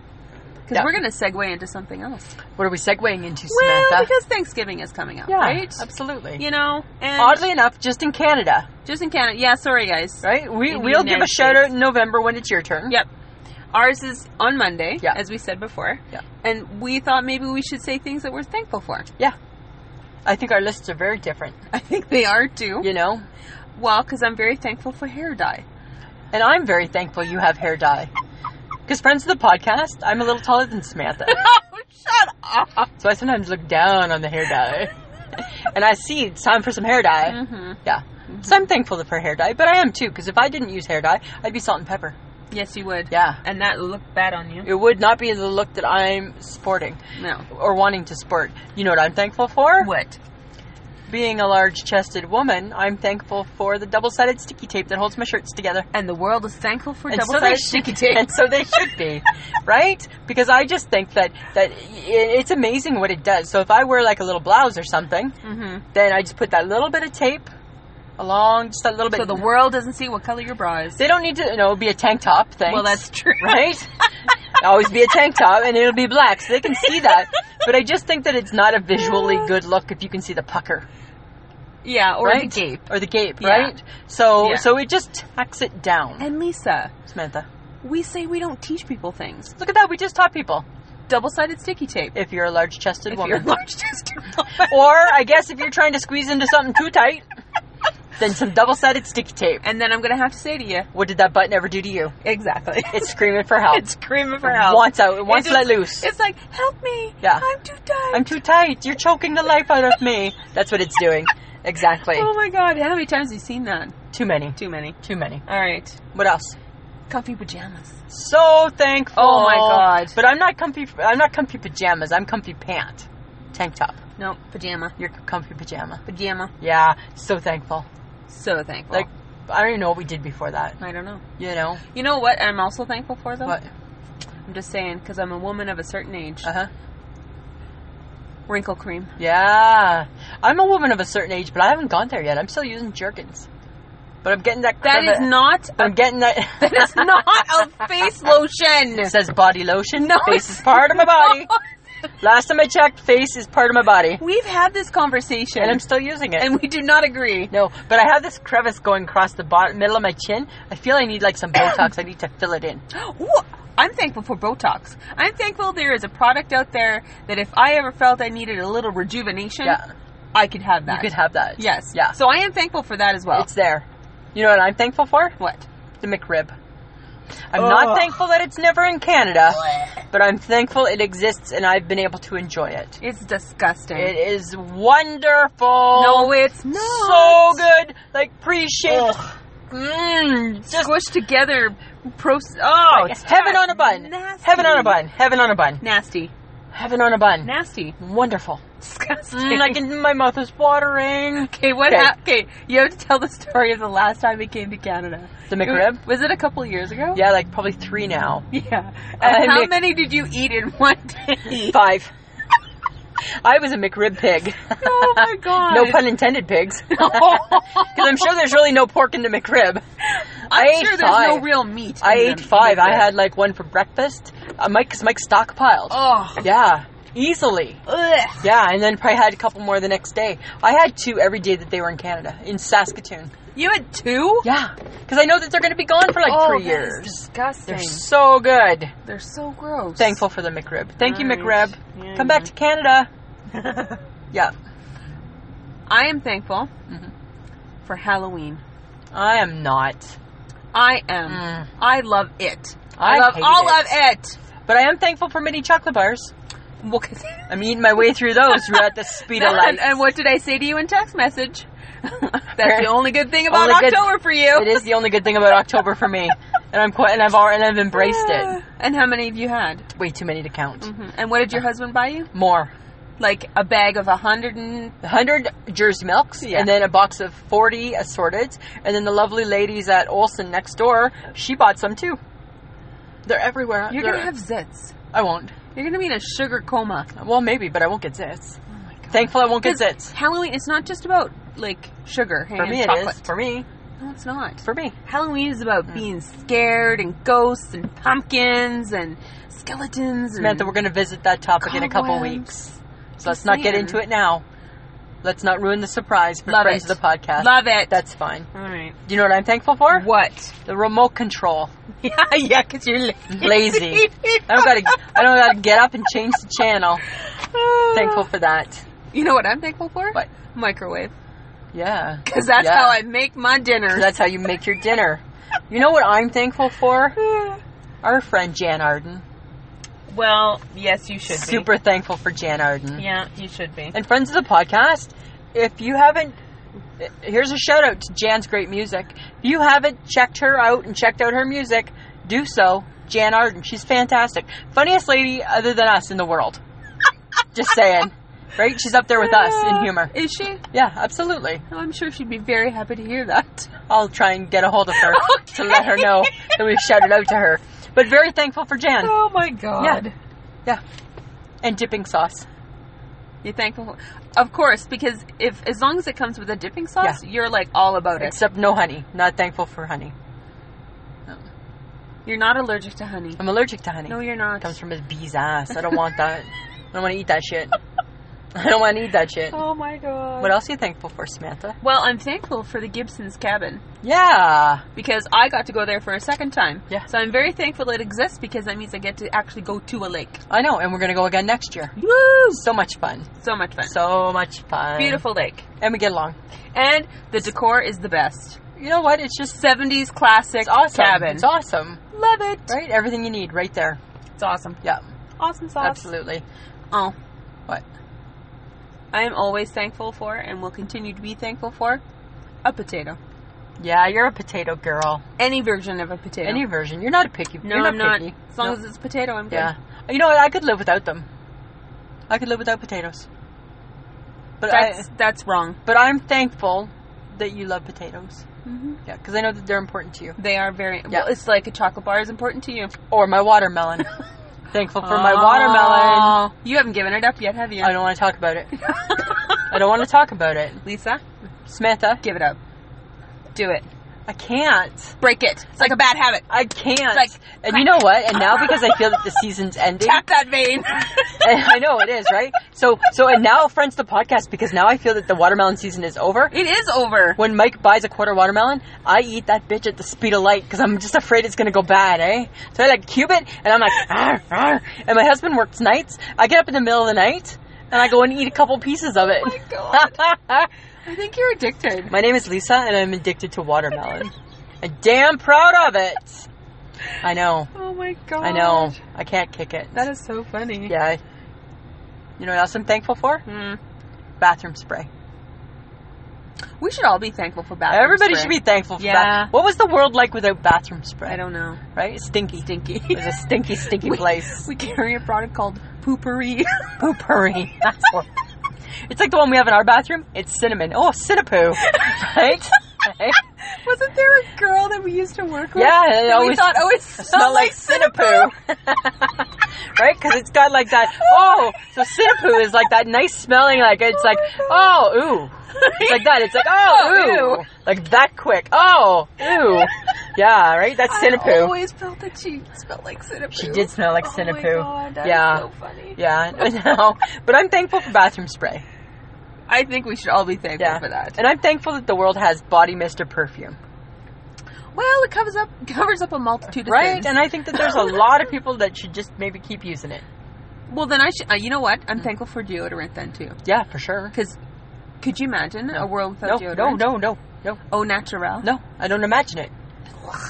A: Because
B: Yeah.
A: we're going to segue into something else.
B: What are we segueing into,
A: Well,
B: Samantha?
A: because Thanksgiving is coming up,
B: yeah,
A: right?
B: absolutely.
A: You know, and
B: Oddly enough, just in Canada,
A: just in Canada. Yeah, sorry guys.
B: right? We
A: In the
B: we'll give a
A: United
B: shout out in November when it's your turn.
A: Yep. Ours is on Monday,
B: Yeah.
A: as we said before.
B: Yeah.
A: And we thought maybe we should say things that we're thankful for.
B: I think our lists are very different,
A: I think they are too.
B: you know.
A: Well, because I'm very thankful for hair dye.
B: And I'm very thankful you have hair dye. Because friends of the podcast, I'm a little taller than Samantha,
A: Oh, shut up.
B: so I sometimes look down on the hair dye. [laughs] and I see it's time for some hair dye.
A: hmm
B: Yeah. So I'm thankful for hair dye, but I am too, because if I didn't use hair dye, I'd be salt and pepper.
A: Yes, you would.
B: Yeah.
A: And that looked bad on you.
B: It would not be the look that I'm sporting
A: No.
B: or wanting to sport. You know what I'm thankful for?
A: What?
B: Being a large chested woman, I'm thankful for the double sided sticky tape that holds my shirts together.
A: And the world is thankful for
B: And so
A: double sided
B: they
A: [laughs] sticky tape.
B: and so they
A: [laughs]
B: should be, right? Because I just think that that i- it's amazing what it does. So if I wear like a little blouse or something,
A: hmm
B: then I just put that little bit of tape along, just that little bit.
A: So the world doesn't see what color your bra is.
B: they don't need to, you know, it'll be a tank top thing.
A: Well, that's true.
B: [laughs] right. Always be a tank top, and it'll be black, so they
A: [laughs]
B: can see that. But I just think that it's not a visually good look if you can see the pucker
A: [laughs] Yeah, or
B: Right?
A: the gape.
B: or the gape,
A: Yeah.
B: right? So,
A: Yeah.
B: so it just tacks it down,
A: And Lisa,
B: Samantha.
A: we say we don't teach people things.
B: Look at that. We just taught people.
A: Double sided sticky tape.
B: If you're a large-chested
A: If
B: woman,
A: you're a
B: [laughs]
A: large chested woman.
B: or I guess if you're trying to squeeze into something too tight, then some double-sided sticky tape.
A: [laughs] And then I'm going to have to say to you,
B: What did that button ever do to you?
A: exactly.
B: It's screaming for
A: [laughs]
B: help.
A: It's screaming for help.
B: It wants out. It wants
A: It
B: to let
A: just-
B: loose.
A: It's like, help me.
B: Yeah.
A: I'm too tired.
B: I'm too tight. You're choking the life out of me. That's what it's doing. Exactly.
A: Oh my god, how many times have you seen that?
B: Too many.
A: Too many.
B: Too many.
A: All right.
B: What else?
A: Comfy pajamas.
B: So thankful.
A: Oh my God.
B: But I'm not comfy. I'm not comfy pajamas. I'm comfy pant, tank top.
A: No, pajama.
B: You're comfy pajama.
A: Pajama.
B: Yeah. So thankful.
A: So thankful.
B: Like I don't even know what we did before that.
A: I don't know.
B: You know
A: You know what I'm also thankful for though?
B: what?
A: I'm just saying, because I'm a woman of a certain age.
B: Uh huh.
A: Wrinkle cream.
B: Yeah. I'm a woman of a certain age, but I haven't gone there yet. I'm still using jerkins. But I'm getting that
A: That
B: crema-
A: is not a, [laughs]
B: I'm getting that
A: that is not a face lotion.
B: [laughs] It [laughs] says body lotion.
A: No,
B: face
A: it's
B: is part of my body. Last time I checked, face is part of my body.
A: [laughs] We've had this conversation
B: And I'm still using it.
A: and we do not agree.
B: no, but I have this crevice going across the bottom middle of my chin. I feel I need like some Botox. I need to fill
A: [coughs]
B: it in.
A: Ooh, I'm thankful for Botox. I'm thankful there is a product out there that if I ever felt I needed a little rejuvenation,
B: Yeah.
A: I could have that.
B: You could have that.
A: Yes.
B: Yeah.
A: So I am thankful for that as well.
B: It's there. You know what I'm thankful for?
A: what?
B: The McRib. I'm
A: Ugh.
B: not thankful that it's never in Canada, but I'm thankful it exists and I've been able to enjoy it.
A: It's disgusting.
B: It is wonderful.
A: no, it's not.
B: so good. Like pre-shaped. Mmm. Just
A: Squished together. Pro- oh,
B: like, heaven on a bun.
A: Nasty.
B: Heaven on a bun. Heaven on a bun.
A: Nasty.
B: Heaven on a bun.
A: Nasty.
B: Wonderful.
A: Disgusting.
B: Mm, I can, my mouth is watering.
A: okay, what
B: Okay.
A: happened? Okay, you have to tell the story of the last time he came to Canada.
B: The McRib?
A: Was it a couple years ago?
B: Yeah, Uh, like probably three now.
A: Yeah. And
B: I
A: how
B: make-
A: many did you eat in one
B: [laughs]
A: day?
B: Five. I was a McRib pig.
A: oh my god.
B: [laughs] No pun intended, pigs. [laughs] Because I'm sure there's really no pork in the McRib.
A: [laughs]
B: [laughs] I
A: I'm
B: ate
A: sure there's no
B: five.
A: real meat.
B: I
A: in
B: ate
A: them.
B: five. I had like one for breakfast. Uh, Mike, cause Mike stockpiled.
A: Oh.
B: Yeah, easily.
A: Ugh.
B: Yeah, and then probably had a couple more the next day. I had two every day that they were in Canada, in Saskatoon.
A: You had two?
B: Yeah, because I know that they're going to be gone for like
A: oh,
B: three
A: that is
B: years.
A: disgusting.
B: They're so good.
A: They're so gross.
B: Thankful for the McRib. Thank you,
A: Right.
B: McRib.
A: Yeah,
B: Come
A: yeah.
B: back to Canada.
A: [laughs]
B: Yeah,
A: I am thankful
B: Mhm.
A: for Halloween.
B: I am not.
A: I am.
B: Mm.
A: I love it.
B: I
A: love
B: hate
A: all
B: it.
A: of it.
B: But I am thankful for mini chocolate bars.
A: Well, [laughs] 'cause-
B: I'm eating my way through those. We're at the speed of
A: [laughs]
B: light.
A: and, and what did I say to you in text message? [laughs] That's the only good thing about
B: Only good-
A: October for you.
B: It is the only good thing about October for me, and I'm quite and I've already and I've embraced it. Mm-hmm.
A: And how many of you had?
B: Way too many to count.
A: hmm And what did your husband buy you?
B: More,
A: Like a bag of a hundred and
B: hundred Jersey milks,
A: Yeah.
B: and then a box of forty assorted, and then the lovely ladies at Olson next door. She bought some too. They're everywhere.
A: you're
B: They're-
A: gonna have zits.
B: I won't.
A: You're gonna be in a sugar coma.
B: Well, maybe, but I won't get zits.
A: Oh my god.
B: Thankful I won't get
A: 'Cause
B: zits.
A: Halloween. It's not just about like sugar
B: For
A: and
B: me, it
A: chocolate.
B: is. For me,
A: No, it's not.
B: for me.
A: Halloween is about being scared and ghosts and pumpkins and skeletons. And
B: Samantha, we're going to visit that topic in a couple
A: Hmm. Cobwebs.
B: weeks.
A: Just
B: So let's not get
A: saying.
B: into it now. Let's not ruin the surprise for
A: Love
B: friends
A: it.
B: of the podcast.
A: Love it. Mm-hmm.
B: That's fine.
A: all right.
B: Do you know what I'm thankful for?
A: What? [laughs]
B: The remote control.
A: Yeah, yeah, because you're [laughs] lazy.
B: Lazy. I don't gotta.
A: [laughs]
B: I don't gotta get up and change the channel. Thankful for that.
A: You know what I'm thankful for?
B: What?
A: Microwave.
B: Yeah.
A: Because that's
B: Yeah.
A: how I make my dinner.
B: That's how you make your dinner. You know what I'm thankful for?
A: [sighs]
B: Our friend Jan Arden.
A: well, yes, you should
B: Super thankful for Jan Arden.
A: be. Yeah, you should be.
B: And friends of the podcast, if you haven't, here's a shout out to Jan's great music. If you haven't checked her out and checked out her music, do so. Jan Arden, she's fantastic. Funniest lady other than us in the world. Just saying. Right? She's up there with us
A: [laughs]
B: in humor.
A: Is she?
B: Yeah, absolutely.
A: Oh, I'm sure she'd be very happy to hear that.
B: I'll try and get a hold of her
A: [laughs] Okay.
B: to let her know that we've shouted out to her. But very thankful for Jan
A: Oh my god.
B: Yeah. and dipping sauce.
A: You're thankful, for- of course, because if as long as it comes with a dipping sauce, you're like all about it.
B: Except no honey. Not thankful for honey.
A: You're not allergic to honey.
B: I'm allergic to honey.
A: No, you're not.
B: comes from his bee's ass. I don't want that. I don't want to eat that shit. I don't want to eat that shit.
A: Oh my god.
B: What else are you thankful for, Samantha?
A: Well, I'm thankful for the Gibson's cabin
B: Yeah.
A: because I got to go there for a second time.
B: Yeah.
A: So I'm very thankful it exists because that means I get to actually go to a lake.
B: I know, and we're going to go again next year.
A: Woo! Uh,
B: So much fun.
A: So much fun.
B: So much fun.
A: Beautiful lake.
B: And we get along.
A: And the decor is the best.
B: You know what? It's just
A: 70s classic
B: it's awesome.
A: cabin.
B: It's awesome.
A: Love it.
B: Right? Everything you need right there.
A: It's awesome.
B: Yeah.
A: Awesome sauce.
B: Absolutely.
A: Oh.
B: What?
A: I am always thankful for and will continue to be thankful for a potato.
B: Yeah, you're a potato girl.
A: Any version of a potato.
B: Any version. You're not a picky.
A: no,
B: you're not
A: I'm not.
B: picky.
A: As long
B: No.
A: as it's potato, I'm good.
B: Yeah. You know what? I could live without them. I could live without potatoes. But I-
A: That's that's wrong.
B: But I'm thankful that you love potatoes.
A: Mm-hmm.
B: Yeah, because I know that they're important to you.
A: They are very.
B: Yeah.
A: Well, it's like a chocolate bar is important to you.
B: Or
A: [laughs]
B: my watermelon. thankful for my
A: Oh.
B: watermelon.
A: You haven't given it up yet, have you?
B: I don't want to talk about it. I don't want to talk about it.
A: Lisa,
B: Samantha,
A: give it up. Do it.
B: I can't.
A: Break it. It's like a bad [laughs] habit.
B: I can't.
A: Like-
B: and you know what? And now because I feel that the
A: [laughs]
B: season's ending,
A: Tap that [laughs] vein.
B: and [laughs] I know it is right. So, so and now, friends, the podcast because now I feel that the watermelon season is over.
A: it is over.
B: When Mike buys a quarter watermelon, I eat that bitch at the speed of light because I'm just afraid it's gonna go bad, eh? So I like cube it, and I'm like, "Arr, arr." and my husband works nights. I get up in the middle of the night, and I go and eat a couple pieces
A: [laughs]
B: of it.
A: Oh
B: [laughs]
A: my I think you're addicted.
B: My name is Lisa, and I'm addicted to watermelon. I'm damn proud of it. I know,
A: Oh my god.
B: I know. I can't kick it.
A: That is so funny.
B: yeah. I-
A: Hmm.
B: You know what else I'm thankful for?
A: Mm.
B: Bathroom spray.
A: We should all be thankful for bathroom
B: Everybody
A: spray.
B: should be thankful for
A: Yeah.
B: that. What was the world like without bathroom spray?
A: I don't know.
B: Right? It's Stinky.
A: Stinky.
B: It was a stinky, stinky [laughs]
A: We-
B: place.
A: We carry a product called poopery. [laughs]
B: Poopery. [laughs] That's what. It's like the one we have in our bathroom. It's cinnamon. Oh, cinnapoo. Right? [laughs] Right?
A: Wasn't there a girl that we used to work with?
B: Yeah, it
A: that we
B: always
A: thought always
B: smell
A: smelled
B: like
A: like
B: cinnapoo. [laughs] right? Because it's got like that. Oh, so cinnapoo is like that nice smelling. Like it's like oh ooh. It's like that. It's like [laughs] oh
A: Oh,
B: ooh. Like that quick. Oh ooh. Yeah, right. That's
A: I
B: cinnapoo.
A: always felt that she smelled like cinnapoo.
B: She did smell like
A: oh
B: cinnapoo.
A: My God, that is
B: Yeah.
A: so funny.
B: Yeah, [laughs] I know. But I'm thankful for bathroom spray.
A: I think we should all be thankful
B: Yeah.
A: for that.
B: And I'm thankful that the world has body mist or perfume.
A: Well, it covers up covers up a multitude of
B: Right?
A: things.
B: And I think that
A: [laughs]
B: there's a lot of people that should just maybe keep using it.
A: well, then I should. Uh, you know what? I'm thankful for deodorant then too.
B: Yeah, for sure.
A: Because could you imagine
B: No.
A: a world
B: No,
A: without
B: no,
A: deodorant?
B: no, no, no.
A: Oh, natural.
B: No, I don't imagine it.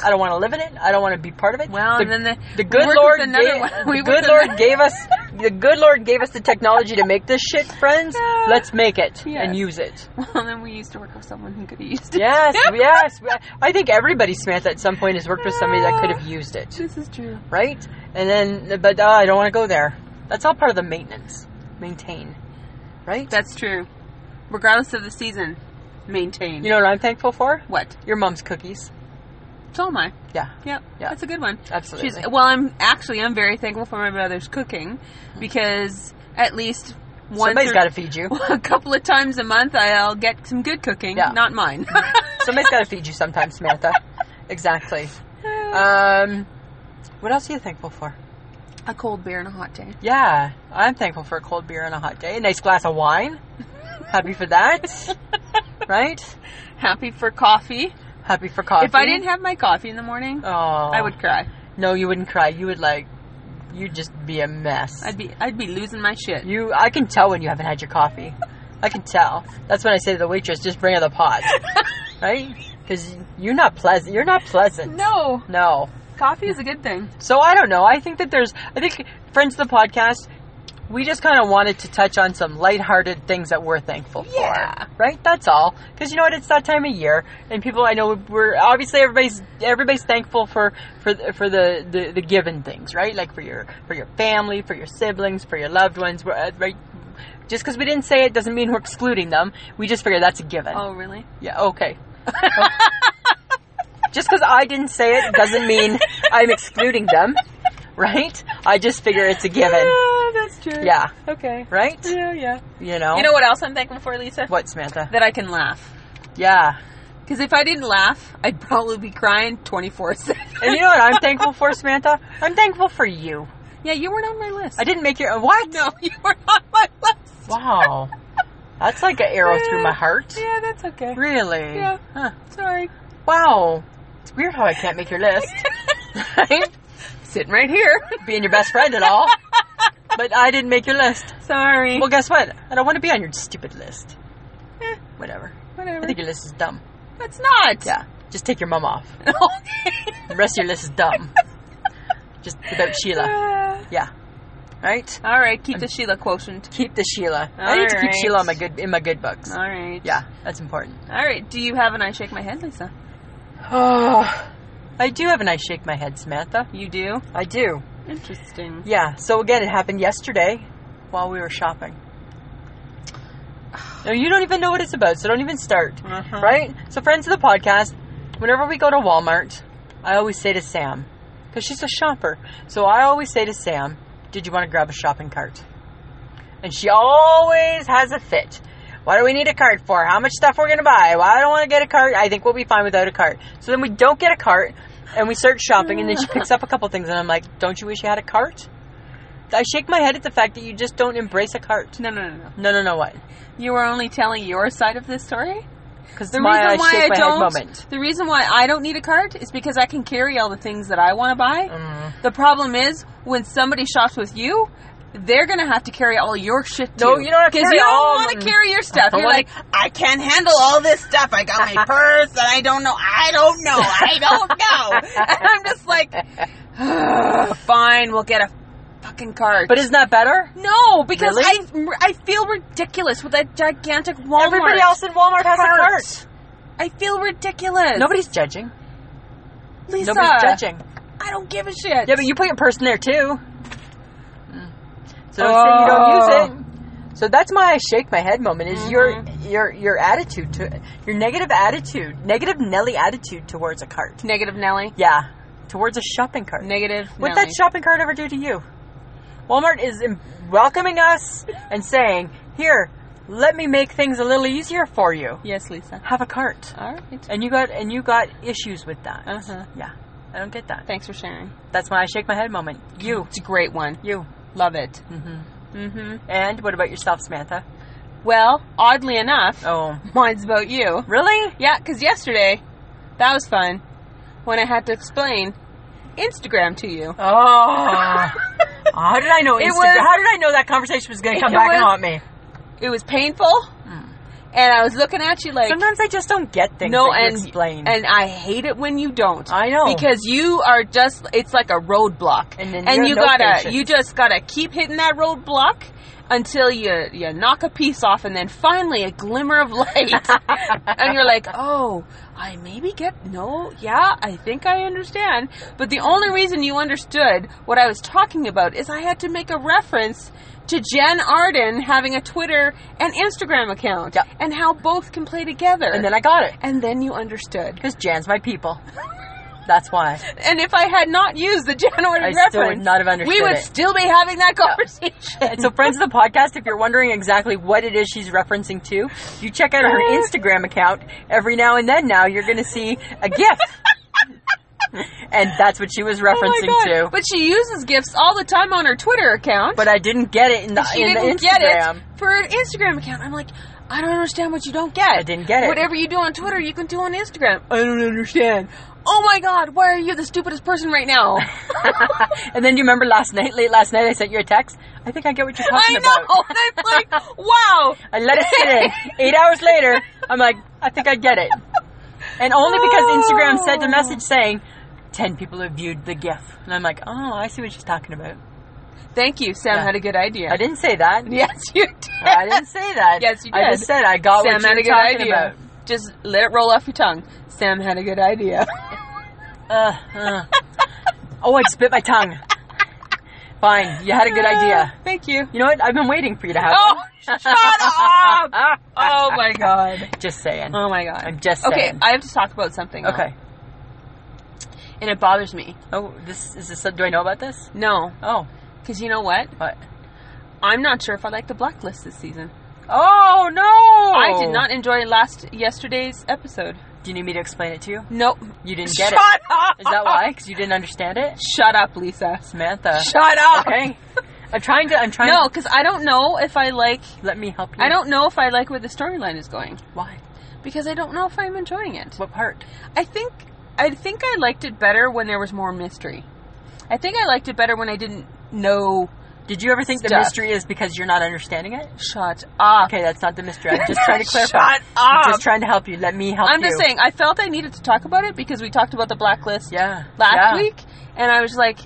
B: I don't want to live in it. I don't want to be part of it.
A: Well,
B: the,
A: and then the, [laughs] we
B: the good
A: worked with
B: Lord,
A: another
B: gave,
A: one. We
B: the good
A: worked
B: Lord
A: with-
B: gave us the good Lord gave us the technology to make this shit, friends.
A: Yeah.
B: Let's make it and
A: Yes.
B: use it.
A: Well, then we used to work with someone who could have used it. [laughs]
B: Yes, yes. I think everybody, Samantha, at some point has worked with somebody that could have used it,
A: [laughs] This is true.
B: right? And then, but uh, I don't want to go there. That's all part of the maintenance, maintain, right?
A: That's true. Regardless of the season, maintain.
B: you know what I'm thankful for?
A: what?
B: Your mom's cookies.
A: So am I.
B: Yeah,
A: Yep.
B: Yeah.
A: That's a good one.
B: absolutely.
A: She's well. I'm actually I'm very thankful for my mother's cooking because at least once
B: Somebody's
A: or-
B: got to feed you.
A: [laughs] a couple of times a month I'll get some good cooking.
B: Yeah.
A: Not
B: [laughs]
A: mine. [laughs]
B: Somebody's got to feed you sometimes, Samantha. Exactly. Um, what else are you thankful for?
A: a cold beer and a hot day.
B: Yeah, I'm thankful for a cold beer on a hot day, a nice glass of wine. Happy
A: [laughs]
B: for that, right?
A: Happy for coffee.
B: Happy for coffee.
A: If I didn't have my coffee in the morning,
B: oh,
A: I would cry.
B: No, you wouldn't cry. You would like, you'd just be a mess.
A: I'd be I'd be losing my shit.
B: you, I can tell when you haven't had your coffee. I can tell. That's when I say to the waitress, just bring her the pot, right? Because you're not pleasant. You're not pleasant.
A: No,
B: No.
A: coffee is a good thing.
B: So I don't know. I think that there's, I think, friends of the podcast, we just kind of wanted to touch on some lighthearted things that we're thankful
A: Yeah.
B: for. Right? That's all. Because you know what? It's that time of year, and people I know we're obviously everybody's everybody's thankful for for the- for the the, the given things, right? Like for your for your family, for your siblings, for your loved ones, we're, uh, right? Just because we didn't say it doesn't mean we're excluding them. We just figure that's a given.
A: Oh, really?
B: Yeah,
A: [laughs]
B: okay. just because I didn't say it doesn't mean I'm excluding them, right? I just figure it's a given.
A: Yeah, that's true.
B: Yeah, [laughs]
A: Okay.
B: right?
A: Yeah, yeah.
B: You know?
A: You know what else I'm thankful for, Lisa?
B: what, Samantha?
A: That I can laugh.
B: Yeah.
A: Because if I didn't laugh, I'd probably be crying 24 7.
B: And you know what I'm thankful for, Samantha? I'm thankful for you.
A: [laughs] Yeah, you weren't on my list.
B: I didn't make your. What?
A: No, [laughs] you weren't on my list.
B: Wow. That's like an arrow through my heart.
A: Yeah, that's okay.
B: Really?
A: Yeah.
B: Huh.
A: Sorry.
B: Wow. It's weird how I can't make your list. [laughs] Right?
A: [laughs] Sitting right here.
B: Being your best friend and all. But I didn't make your list.
A: Sorry.
B: Well, guess what? I don't want to be on your stupid list.
A: Eh.
B: Whatever. I
A: [laughs] Whatever.
B: think your list is dumb.
A: That's not.
B: Yeah. Just take your mum off.
A: [laughs] Okay.
B: The rest of your list is dumb. Just about Sheila.
A: Uh,
B: Yeah. Right?
A: all right, keep the Sheila quotient.
B: Keep the Sheila. I need to keep
A: Alright.
B: Sheila in my good in my good books.
A: All right.
B: Yeah, that's important.
A: All right. Do you have an I shake my head, Lisa?
B: Oh, I do have a nice shake my head, Samantha.
A: You do.
B: I do.
A: Interesting.
B: Yeah. So again, it happened yesterday while we were shopping. No, you don't even know what it's about, so don't even start.
A: Uh-huh.
B: right? So, friends of the podcast, whenever we go to Walmart, I always say to Sam, because she's a shopper. So, I always say to Sam, Did you want to grab a shopping cart? And she always has a fit. What do we need a cart for? How much stuff we're going to buy? Well, I don't want to get a cart. I think we'll be fine without a cart. So then we don't get a cart and we start shopping and then she picks up a couple things and I'm like, don't you wish you had a cart? I shake my head at the fact that you just don't embrace a cart.
A: No, no, no, no.
B: No, no, no, what?
A: You were only telling your side of this story.
B: Because
A: The
B: my I
A: reason why
B: shake
A: I
B: my head
A: don't.
B: moment.
A: The reason why I don't need a cart is because I can carry all the things that I want to buy.
B: Mm.
A: The problem is when somebody shops with you, they're gonna have to carry all your shit too.
B: No, you don't have to
A: because
B: carry
A: you don't
B: all of
A: want
B: them.
A: to carry your stuff.
B: don't
A: You're
B: wanna-
A: like, I can't handle all this stuff. I got
B: [laughs]
A: my purse, and I don't know. I don't know. I don't know. and I'm just like, "Ugh, fine, we'll get a fucking cart.
B: But isn't that better?
A: no, because
B: Really?
A: I I feel ridiculous with that gigantic Walmart.
B: Everybody else in Walmart has a cart.
A: I feel ridiculous.
B: Nobody's judging.
A: Lisa,
B: Nobody's judging.
A: I don't give a shit.
B: Yeah, but you put your purse in there too. So don't say you
A: Oh.
B: don't use it. So that's my shake my head moment is your your your attitude to your negative attitude, negative Nelly attitude towards a cart.
A: Negative Nelly.
B: Yeah, towards a shopping cart.
A: Negative.
B: What'd
A: Nelly.
B: that shopping cart ever do to you? Walmart is em- welcoming us and saying, "Here, let me make things a little easier for you.
A: Yes, Lisa.
B: Have a cart."
A: All right.
B: And you got and you got issues with that.
A: Uh-huh.
B: Yeah, I don't get that.
A: Thanks for sharing.
B: That's my shake my head moment. You,
A: It's a great one.
B: you.
A: Love it.
B: hmm
A: hmm
B: And what about yourself, Samantha?
A: Well, oddly enough,
B: Oh,
A: mine's about you.
B: really?
A: Yeah, because yesterday, that was fun when I had to explain Instagram to you.
B: [laughs] Oh, how did I know
A: It
B: Instagram?
A: was-
B: how did I know that conversation was going to come
A: It
B: back and
A: was-
B: haunt me?
A: It was painful, and I was looking at you like,
B: Sometimes I just don't get things.
A: no,
B: that you
A: and
B: explain.
A: and I hate it when you don't.
B: I know
A: Because you are just, it's like a roadblock.
B: Oh. And then you're
A: and you
B: no
A: gotta,
B: patient.
A: you just gotta keep hitting that roadblock until you, you knock a piece off and then finally a glimmer of
B: [laughs]
A: light. and you're like, oh, I maybe get, no, yeah, I think I understand. But the only reason you understood what I was talking about is I had to make a reference to Jen Arden having a Twitter and Instagram account
B: Yeah.
A: and how both can play together.
B: and then I got it
A: and then you understood.
B: because Jan's my people. [laughs] That's why.
A: And if I had not used the Jan Orton
B: I
A: reference,
B: still would not have understood
A: we would
B: it.
A: still be having that conversation.
B: And so, friends of the podcast, if you're wondering exactly what it is she's referencing to, you check out her Instagram account every now and then. Now you're going to see
A: [laughs]
B: a GIF, and that's what she was [laughs] referencing
A: oh my God.
B: to.
A: But she uses gifts all the time on her Twitter account.
B: But I didn't get it in the,
A: she
B: in the
A: didn't get
B: Instagram. [laughs]
A: it for an Instagram account. I'm like, I don't understand what you don't get.
B: I didn't get it.
A: Whatever you do on Twitter, you can do on Instagram. I don't understand. Oh my God, why are you the stupidest person right
B: [laughs]
A: now?
B: and then you remember last night, late last night, I sent you a text. I think I get what you're
A: I
B: talking about.
A: know. And [laughs] I'm like, wow.
B: I let it sit in. Eight hours later, I'm like, I think I get it. And only because Instagram sent a message
A: Oh.
B: saying, 10 people have viewed the GIF. And I'm like, oh, I see what she's talking about.
A: Thank you. Sam
B: Yeah.
A: had a good idea.
B: I didn't say that.
A: [laughs] Yes, you did.
B: I didn't say that.
A: Yes, you
B: I
A: did.
B: just said I got
A: Sam
B: what you
A: had
B: were
A: a good
B: talking
A: idea. Just let it roll off your tongue. Sam had a good idea.
B: about. Uh, uh. oh, I spit my tongue. Fine, you had a good idea.
A: Uh, Thank you.
B: You know what? I've been waiting for you to have
A: Oh, [laughs]
B: one.
A: shut
B: [laughs]
A: up! Oh my god.
B: Just saying.
A: Oh my god.
B: I'm just
A: Okay, uh,
B: saying.
A: I have to talk about something. now,
B: Okay.
A: And it bothers me.
B: Oh, this is this. Do I know about this?
A: No,
B: Oh,
A: because you know what?
B: what?
A: I'm not sure if I like the blacklist this season.
B: Oh no!
A: I did not enjoy last yesterday's episode.
B: Do you need me to explain it to you?
A: Nope.
B: You didn't get
A: Shut up.
B: it. Is that why? Because you didn't understand it,
A: Shut up, Lisa.
B: Samantha.
A: Shut up.
B: Okay. I'm trying to. I'm trying.
A: No, because I don't know if I like.
B: To, let me help you.
A: I don't know if I like where the storyline is going
B: Why?
A: because I don't know if I'm enjoying it.
B: What part?
A: I think I think I liked it better when there was more mystery. I think I liked it better when I didn't know.
B: Did you ever think the
A: Stuff.
B: mystery is because you're not understanding it?
A: Shut up.
B: Okay, that's not the mystery. I'm
A: [laughs]
B: just trying to clarify.
A: Shut
B: I'm
A: up.
B: just trying to help you. Let me help
A: I'm
B: you.
A: just saying. I felt I needed to talk about it because we talked about the blacklist
B: Yeah.
A: last
B: Yeah.
A: week, and I was like,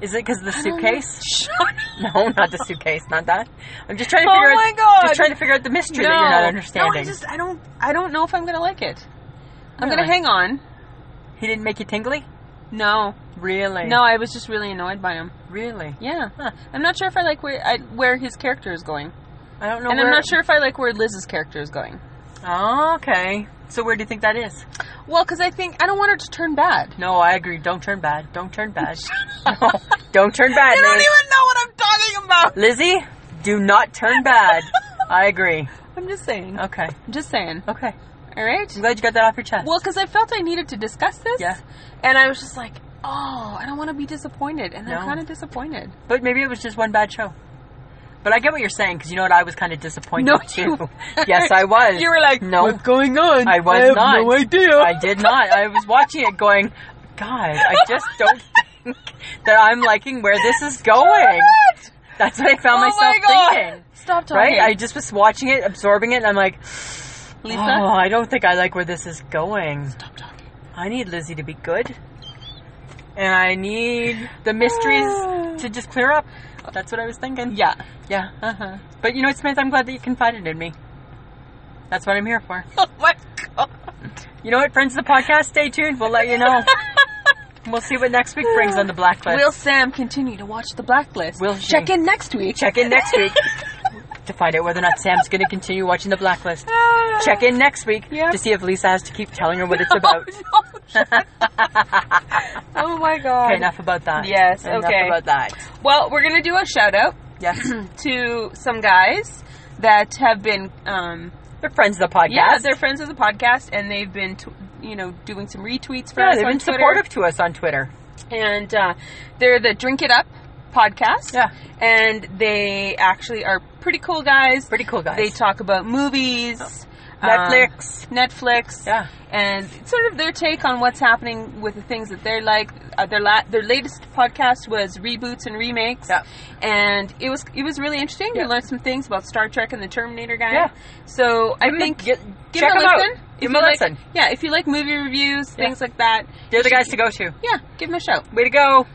B: Is it because of the
A: I don't
B: suitcase?
A: know. [laughs] Shut up.
B: [laughs] No, not the suitcase. Not that. I'm just trying to
A: Oh
B: figure
A: my
B: out.
A: God.
B: Just trying to figure out the mystery
A: no.
B: that you're not
A: No, I
B: understanding.
A: just I don't I don't know if I'm gonna like it. I'm
B: Really?
A: gonna hang on.
B: He didn't make you tingly.
A: No,
B: Really?
A: no, I was just really annoyed by him.
B: Really?
A: Yeah,
B: Huh.
A: I'm not sure if I like where I, where his character is going,
B: I don't know.
A: and
B: where...
A: I'm not sure if I like where Liz's character is going.
B: Oh, okay. So where do you think that is?
A: Well, because I think I don't want her to turn [laughs] bad.
B: No, I agree. Don't turn bad. Don't turn bad. [laughs] no, don't
A: [laughs]
B: turn bad,
A: You don't
B: Liz.
A: even know what I'm talking about.
B: Lizzie, do not
A: [laughs]
B: turn bad. I agree.
A: I'm just saying.
B: Okay.
A: I'm just saying.
B: Okay.
A: All right.
B: I'm glad you got that off your chest.
A: Well, because I felt I needed to discuss this.
B: Yeah.
A: And I was just like, oh, I don't want to be disappointed, and
B: No.
A: I'm kind of disappointed.
B: But maybe it was just one bad show. But I get what you're saying because you know what? I was kind of disappointed
A: No,
B: too.
A: you
B: [laughs] yes, I was.
A: You were like,
B: No.
A: what's going on?
B: I was
A: I have
B: not.
A: No idea.
B: I did not. I was watching it going, God, I just
A: [laughs]
B: don't think that I'm liking where this is going.
A: What?
B: That's what I
A: Oh
B: found myself
A: my god!
B: thinking.
A: Stop talking,
B: Right? I just was watching it, absorbing it, and I'm like,
A: Lisa.
B: Oh, I don't think I like where this is going.
A: Stop talking.
B: I need Lizzie to be good. and I need
A: [gasps]
B: the mysteries to just clear up. That's what I was thinking.
A: Yeah.
B: Yeah. Uh-huh. But you know what, Smith? I'm glad that you confided in me. That's what I'm here for.
A: [laughs] Oh my [laughs] god.
B: You know what, friends of the podcast? Stay tuned. We'll let
A: [laughs]
B: you know. we'll see what next week brings on the blacklist.
A: Will Sam continue to watch The Blacklist?
B: Will she?
A: check in next week.
B: Check in next week
A: [laughs]
B: to find out whether or not Sam's going to continue watching the blacklist.
A: [laughs]
B: Check in next week
A: Yeah.
B: to see if Lisa has to keep telling her what it's about.
A: Oh,
B: [laughs]
A: no. [laughs] oh my god.
B: Okay, enough about that.
A: Yes,
B: Enough
A: okay.
B: about that.
A: Well, we're gonna do a shout out
B: Yes.
A: to some guys that have been, um,
B: They're friends of the podcast.
A: yeah, they're friends of the podcast, and they've been, tw- you know, doing some retweets for
B: Yeah,
A: us
B: they've
A: on
B: been
A: Twitter.
B: supportive to us on Twitter.
A: and uh, they're the Drink It Up podcast.
B: Yeah.
A: and they actually are pretty cool guys.
B: Pretty cool guys.
A: They talk about movies, um,
B: Netflix.
A: Netflix,
B: yeah.
A: and sort of their take on what's happening with the things that they're like. Uh, their la- their latest podcast was reboots and remakes,
B: Yeah.
A: and it was it was really interesting.
B: Yeah.
A: We learned some things about Star Trek and the Terminator guy.
B: Yeah.
A: So I
B: Give 'em a-
A: think
B: get-
A: give
B: check
A: it a
B: 'em out.
A: listen.
B: Give
A: If
B: 'em
A: you
B: a
A: like-
B: listen.
A: yeah, if you like movie reviews,
B: Yeah.
A: things like that.
B: They're the
A: you
B: guys
A: should-
B: to go to.
A: Yeah, give them a shout.
B: Way to go.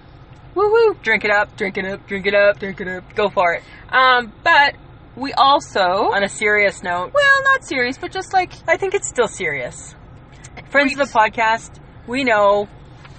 A: Woo woo.
B: Drink it up. Drink it up. Drink it up. Drink it up. Go for it.
A: Um, but we also,
B: On a serious note,
A: well, not serious, but just like
B: I think it's still serious. Friends of the podcast, we know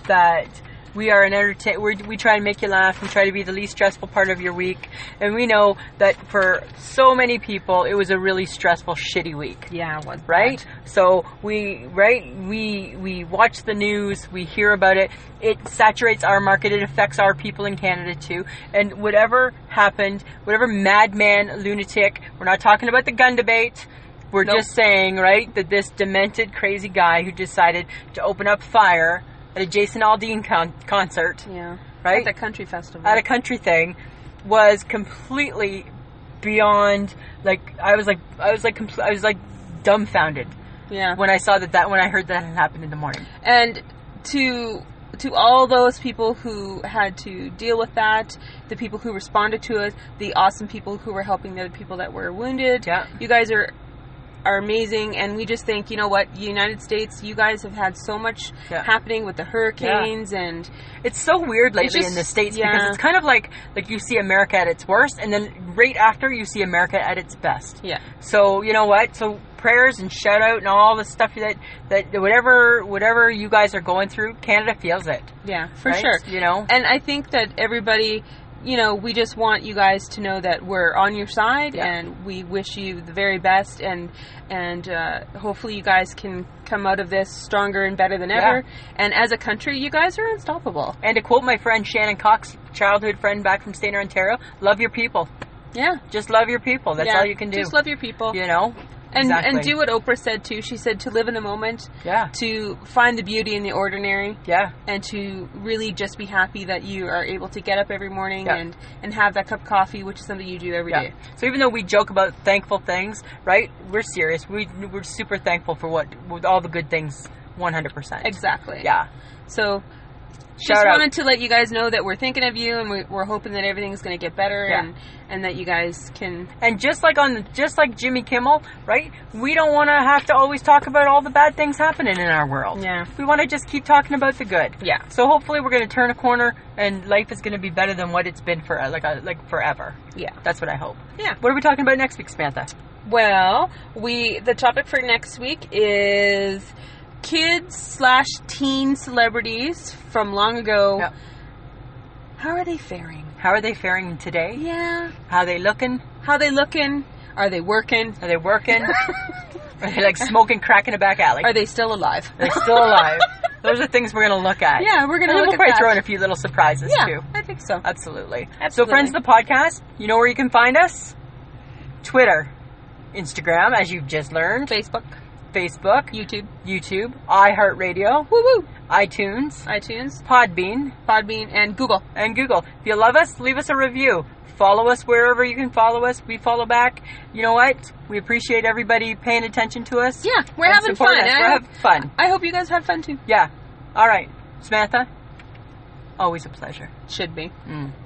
B: that we are an entertain. We're, we try and make you laugh. We try to be the least stressful part of your week, and we know that for so many people, it was a really stressful, shitty week.
A: yeah, was
B: Right? So we right we we watch the news, we hear about it. It saturates our market. It affects our people in Canada too. And whatever happened, whatever madman lunatic, we're not talking about the gun debate. We're
A: Nope.
B: just saying, right, that this demented, crazy guy who decided to open up fire at a Jason Aldean con- concert
A: Yeah,
B: Right?
A: At the country festival.
B: at a country thing was completely beyond like I was like I was like compl- I was like dumbfounded
A: yeah,
B: when I saw that that when I heard that had happened in the morning.
A: and to to all those people who had to deal with that, the people who responded to it, the awesome people who were helping the other people that were wounded.
B: Yeah.
A: you guys are are amazing and we just think you know what united states you guys have had so much
B: Yeah.
A: happening with the hurricanes and
B: It's so weird lately
A: just-
B: in the states
A: yeah.
B: because it's kind of like like you see America at its worst and then right after you see America at its best.
A: yeah
B: So you know what? So prayers and shout out and all the stuff that that whatever whatever you guys are going through, Canada feels it
A: yeah for
B: right?
A: sure
B: You know.
A: and I think that everybody, you know, we just want you guys to know that we're on your side,
B: Yeah.
A: and we wish you the very best, and and uh, hopefully you guys can come out of this stronger and better than ever. And as a country, you guys are unstoppable.
B: And to quote my friend Shannon Cox, childhood friend back from Stainer, Ontario, love your people.
A: Yeah,
B: Just love your people. That's
A: Yeah.
B: all you can do.
A: Just love your people,
B: you know?
A: and and
B: Exactly.
A: do what Oprah said too. She said to live in the moment,
B: Yeah.
A: to find the beauty in the ordinary.
B: Yeah.
A: and to really just be happy that you are able to get up every morning
B: Yeah.
A: and and have that cup of coffee, which is something you do every day.
B: Yeah. So even though we joke about thankful things, right? We're serious. We we're super thankful for what with all the good things 100%.
A: Exactly.
B: Yeah.
A: So
B: Shout
A: just
B: out.
A: wanted to let you guys know that we're thinking of you and we, we're hoping that everything's going to get better
B: Yeah.
A: and and that you guys can
B: And just like on the, just like Jimmy Kimmel, right? We don't want to have to always talk about all the bad things happening in our world.
A: yeah
B: We want to just keep talking about the good.
A: yeah
B: So hopefully we're going to turn a corner and life is going to be better than what it's been for like uh, like forever.
A: yeah
B: That's what I hope.
A: yeah
B: What are we talking about next week, Samantha?
A: well we the topic for next week is kids slash teen celebrities from long ago
B: Yeah.
A: how are they faring
B: How are they faring today?
A: yeah
B: How are they looking?
A: how they looking are they working
B: Are they working?
A: [laughs]
B: are they like smoking crack in a back alley?
A: are they still alive [laughs]
B: They're still alive. Those are things we're gonna look at.
A: yeah we're gonna
B: and then
A: look
B: we'll
A: at
B: probably
A: that.
B: throw in a few little surprises
A: yeah
B: too.
A: i think so
B: Absolutely. So,
A: Absolutely.
B: friends of the podcast, you know where you can find us: Twitter, Instagram, as you've just learned,
A: facebook
B: Facebook,
A: youtube
B: YouTube, iHeartRadio,
A: woo woo
B: iTunes,
A: itunes
B: Podbean,
A: podbean and google
B: and Google. If you love us, leave us a review. Follow us wherever you can follow us. We follow back. You know what? We appreciate everybody paying attention to us.
A: Yeah, we're
B: and
A: having
B: supporting
A: fun. eh? and
B: us. We're
A: I, hope,
B: having fun.
A: I hope you guys had fun too.
B: Yeah. All right. Samantha, always a pleasure.
A: Should be.
B: Mm.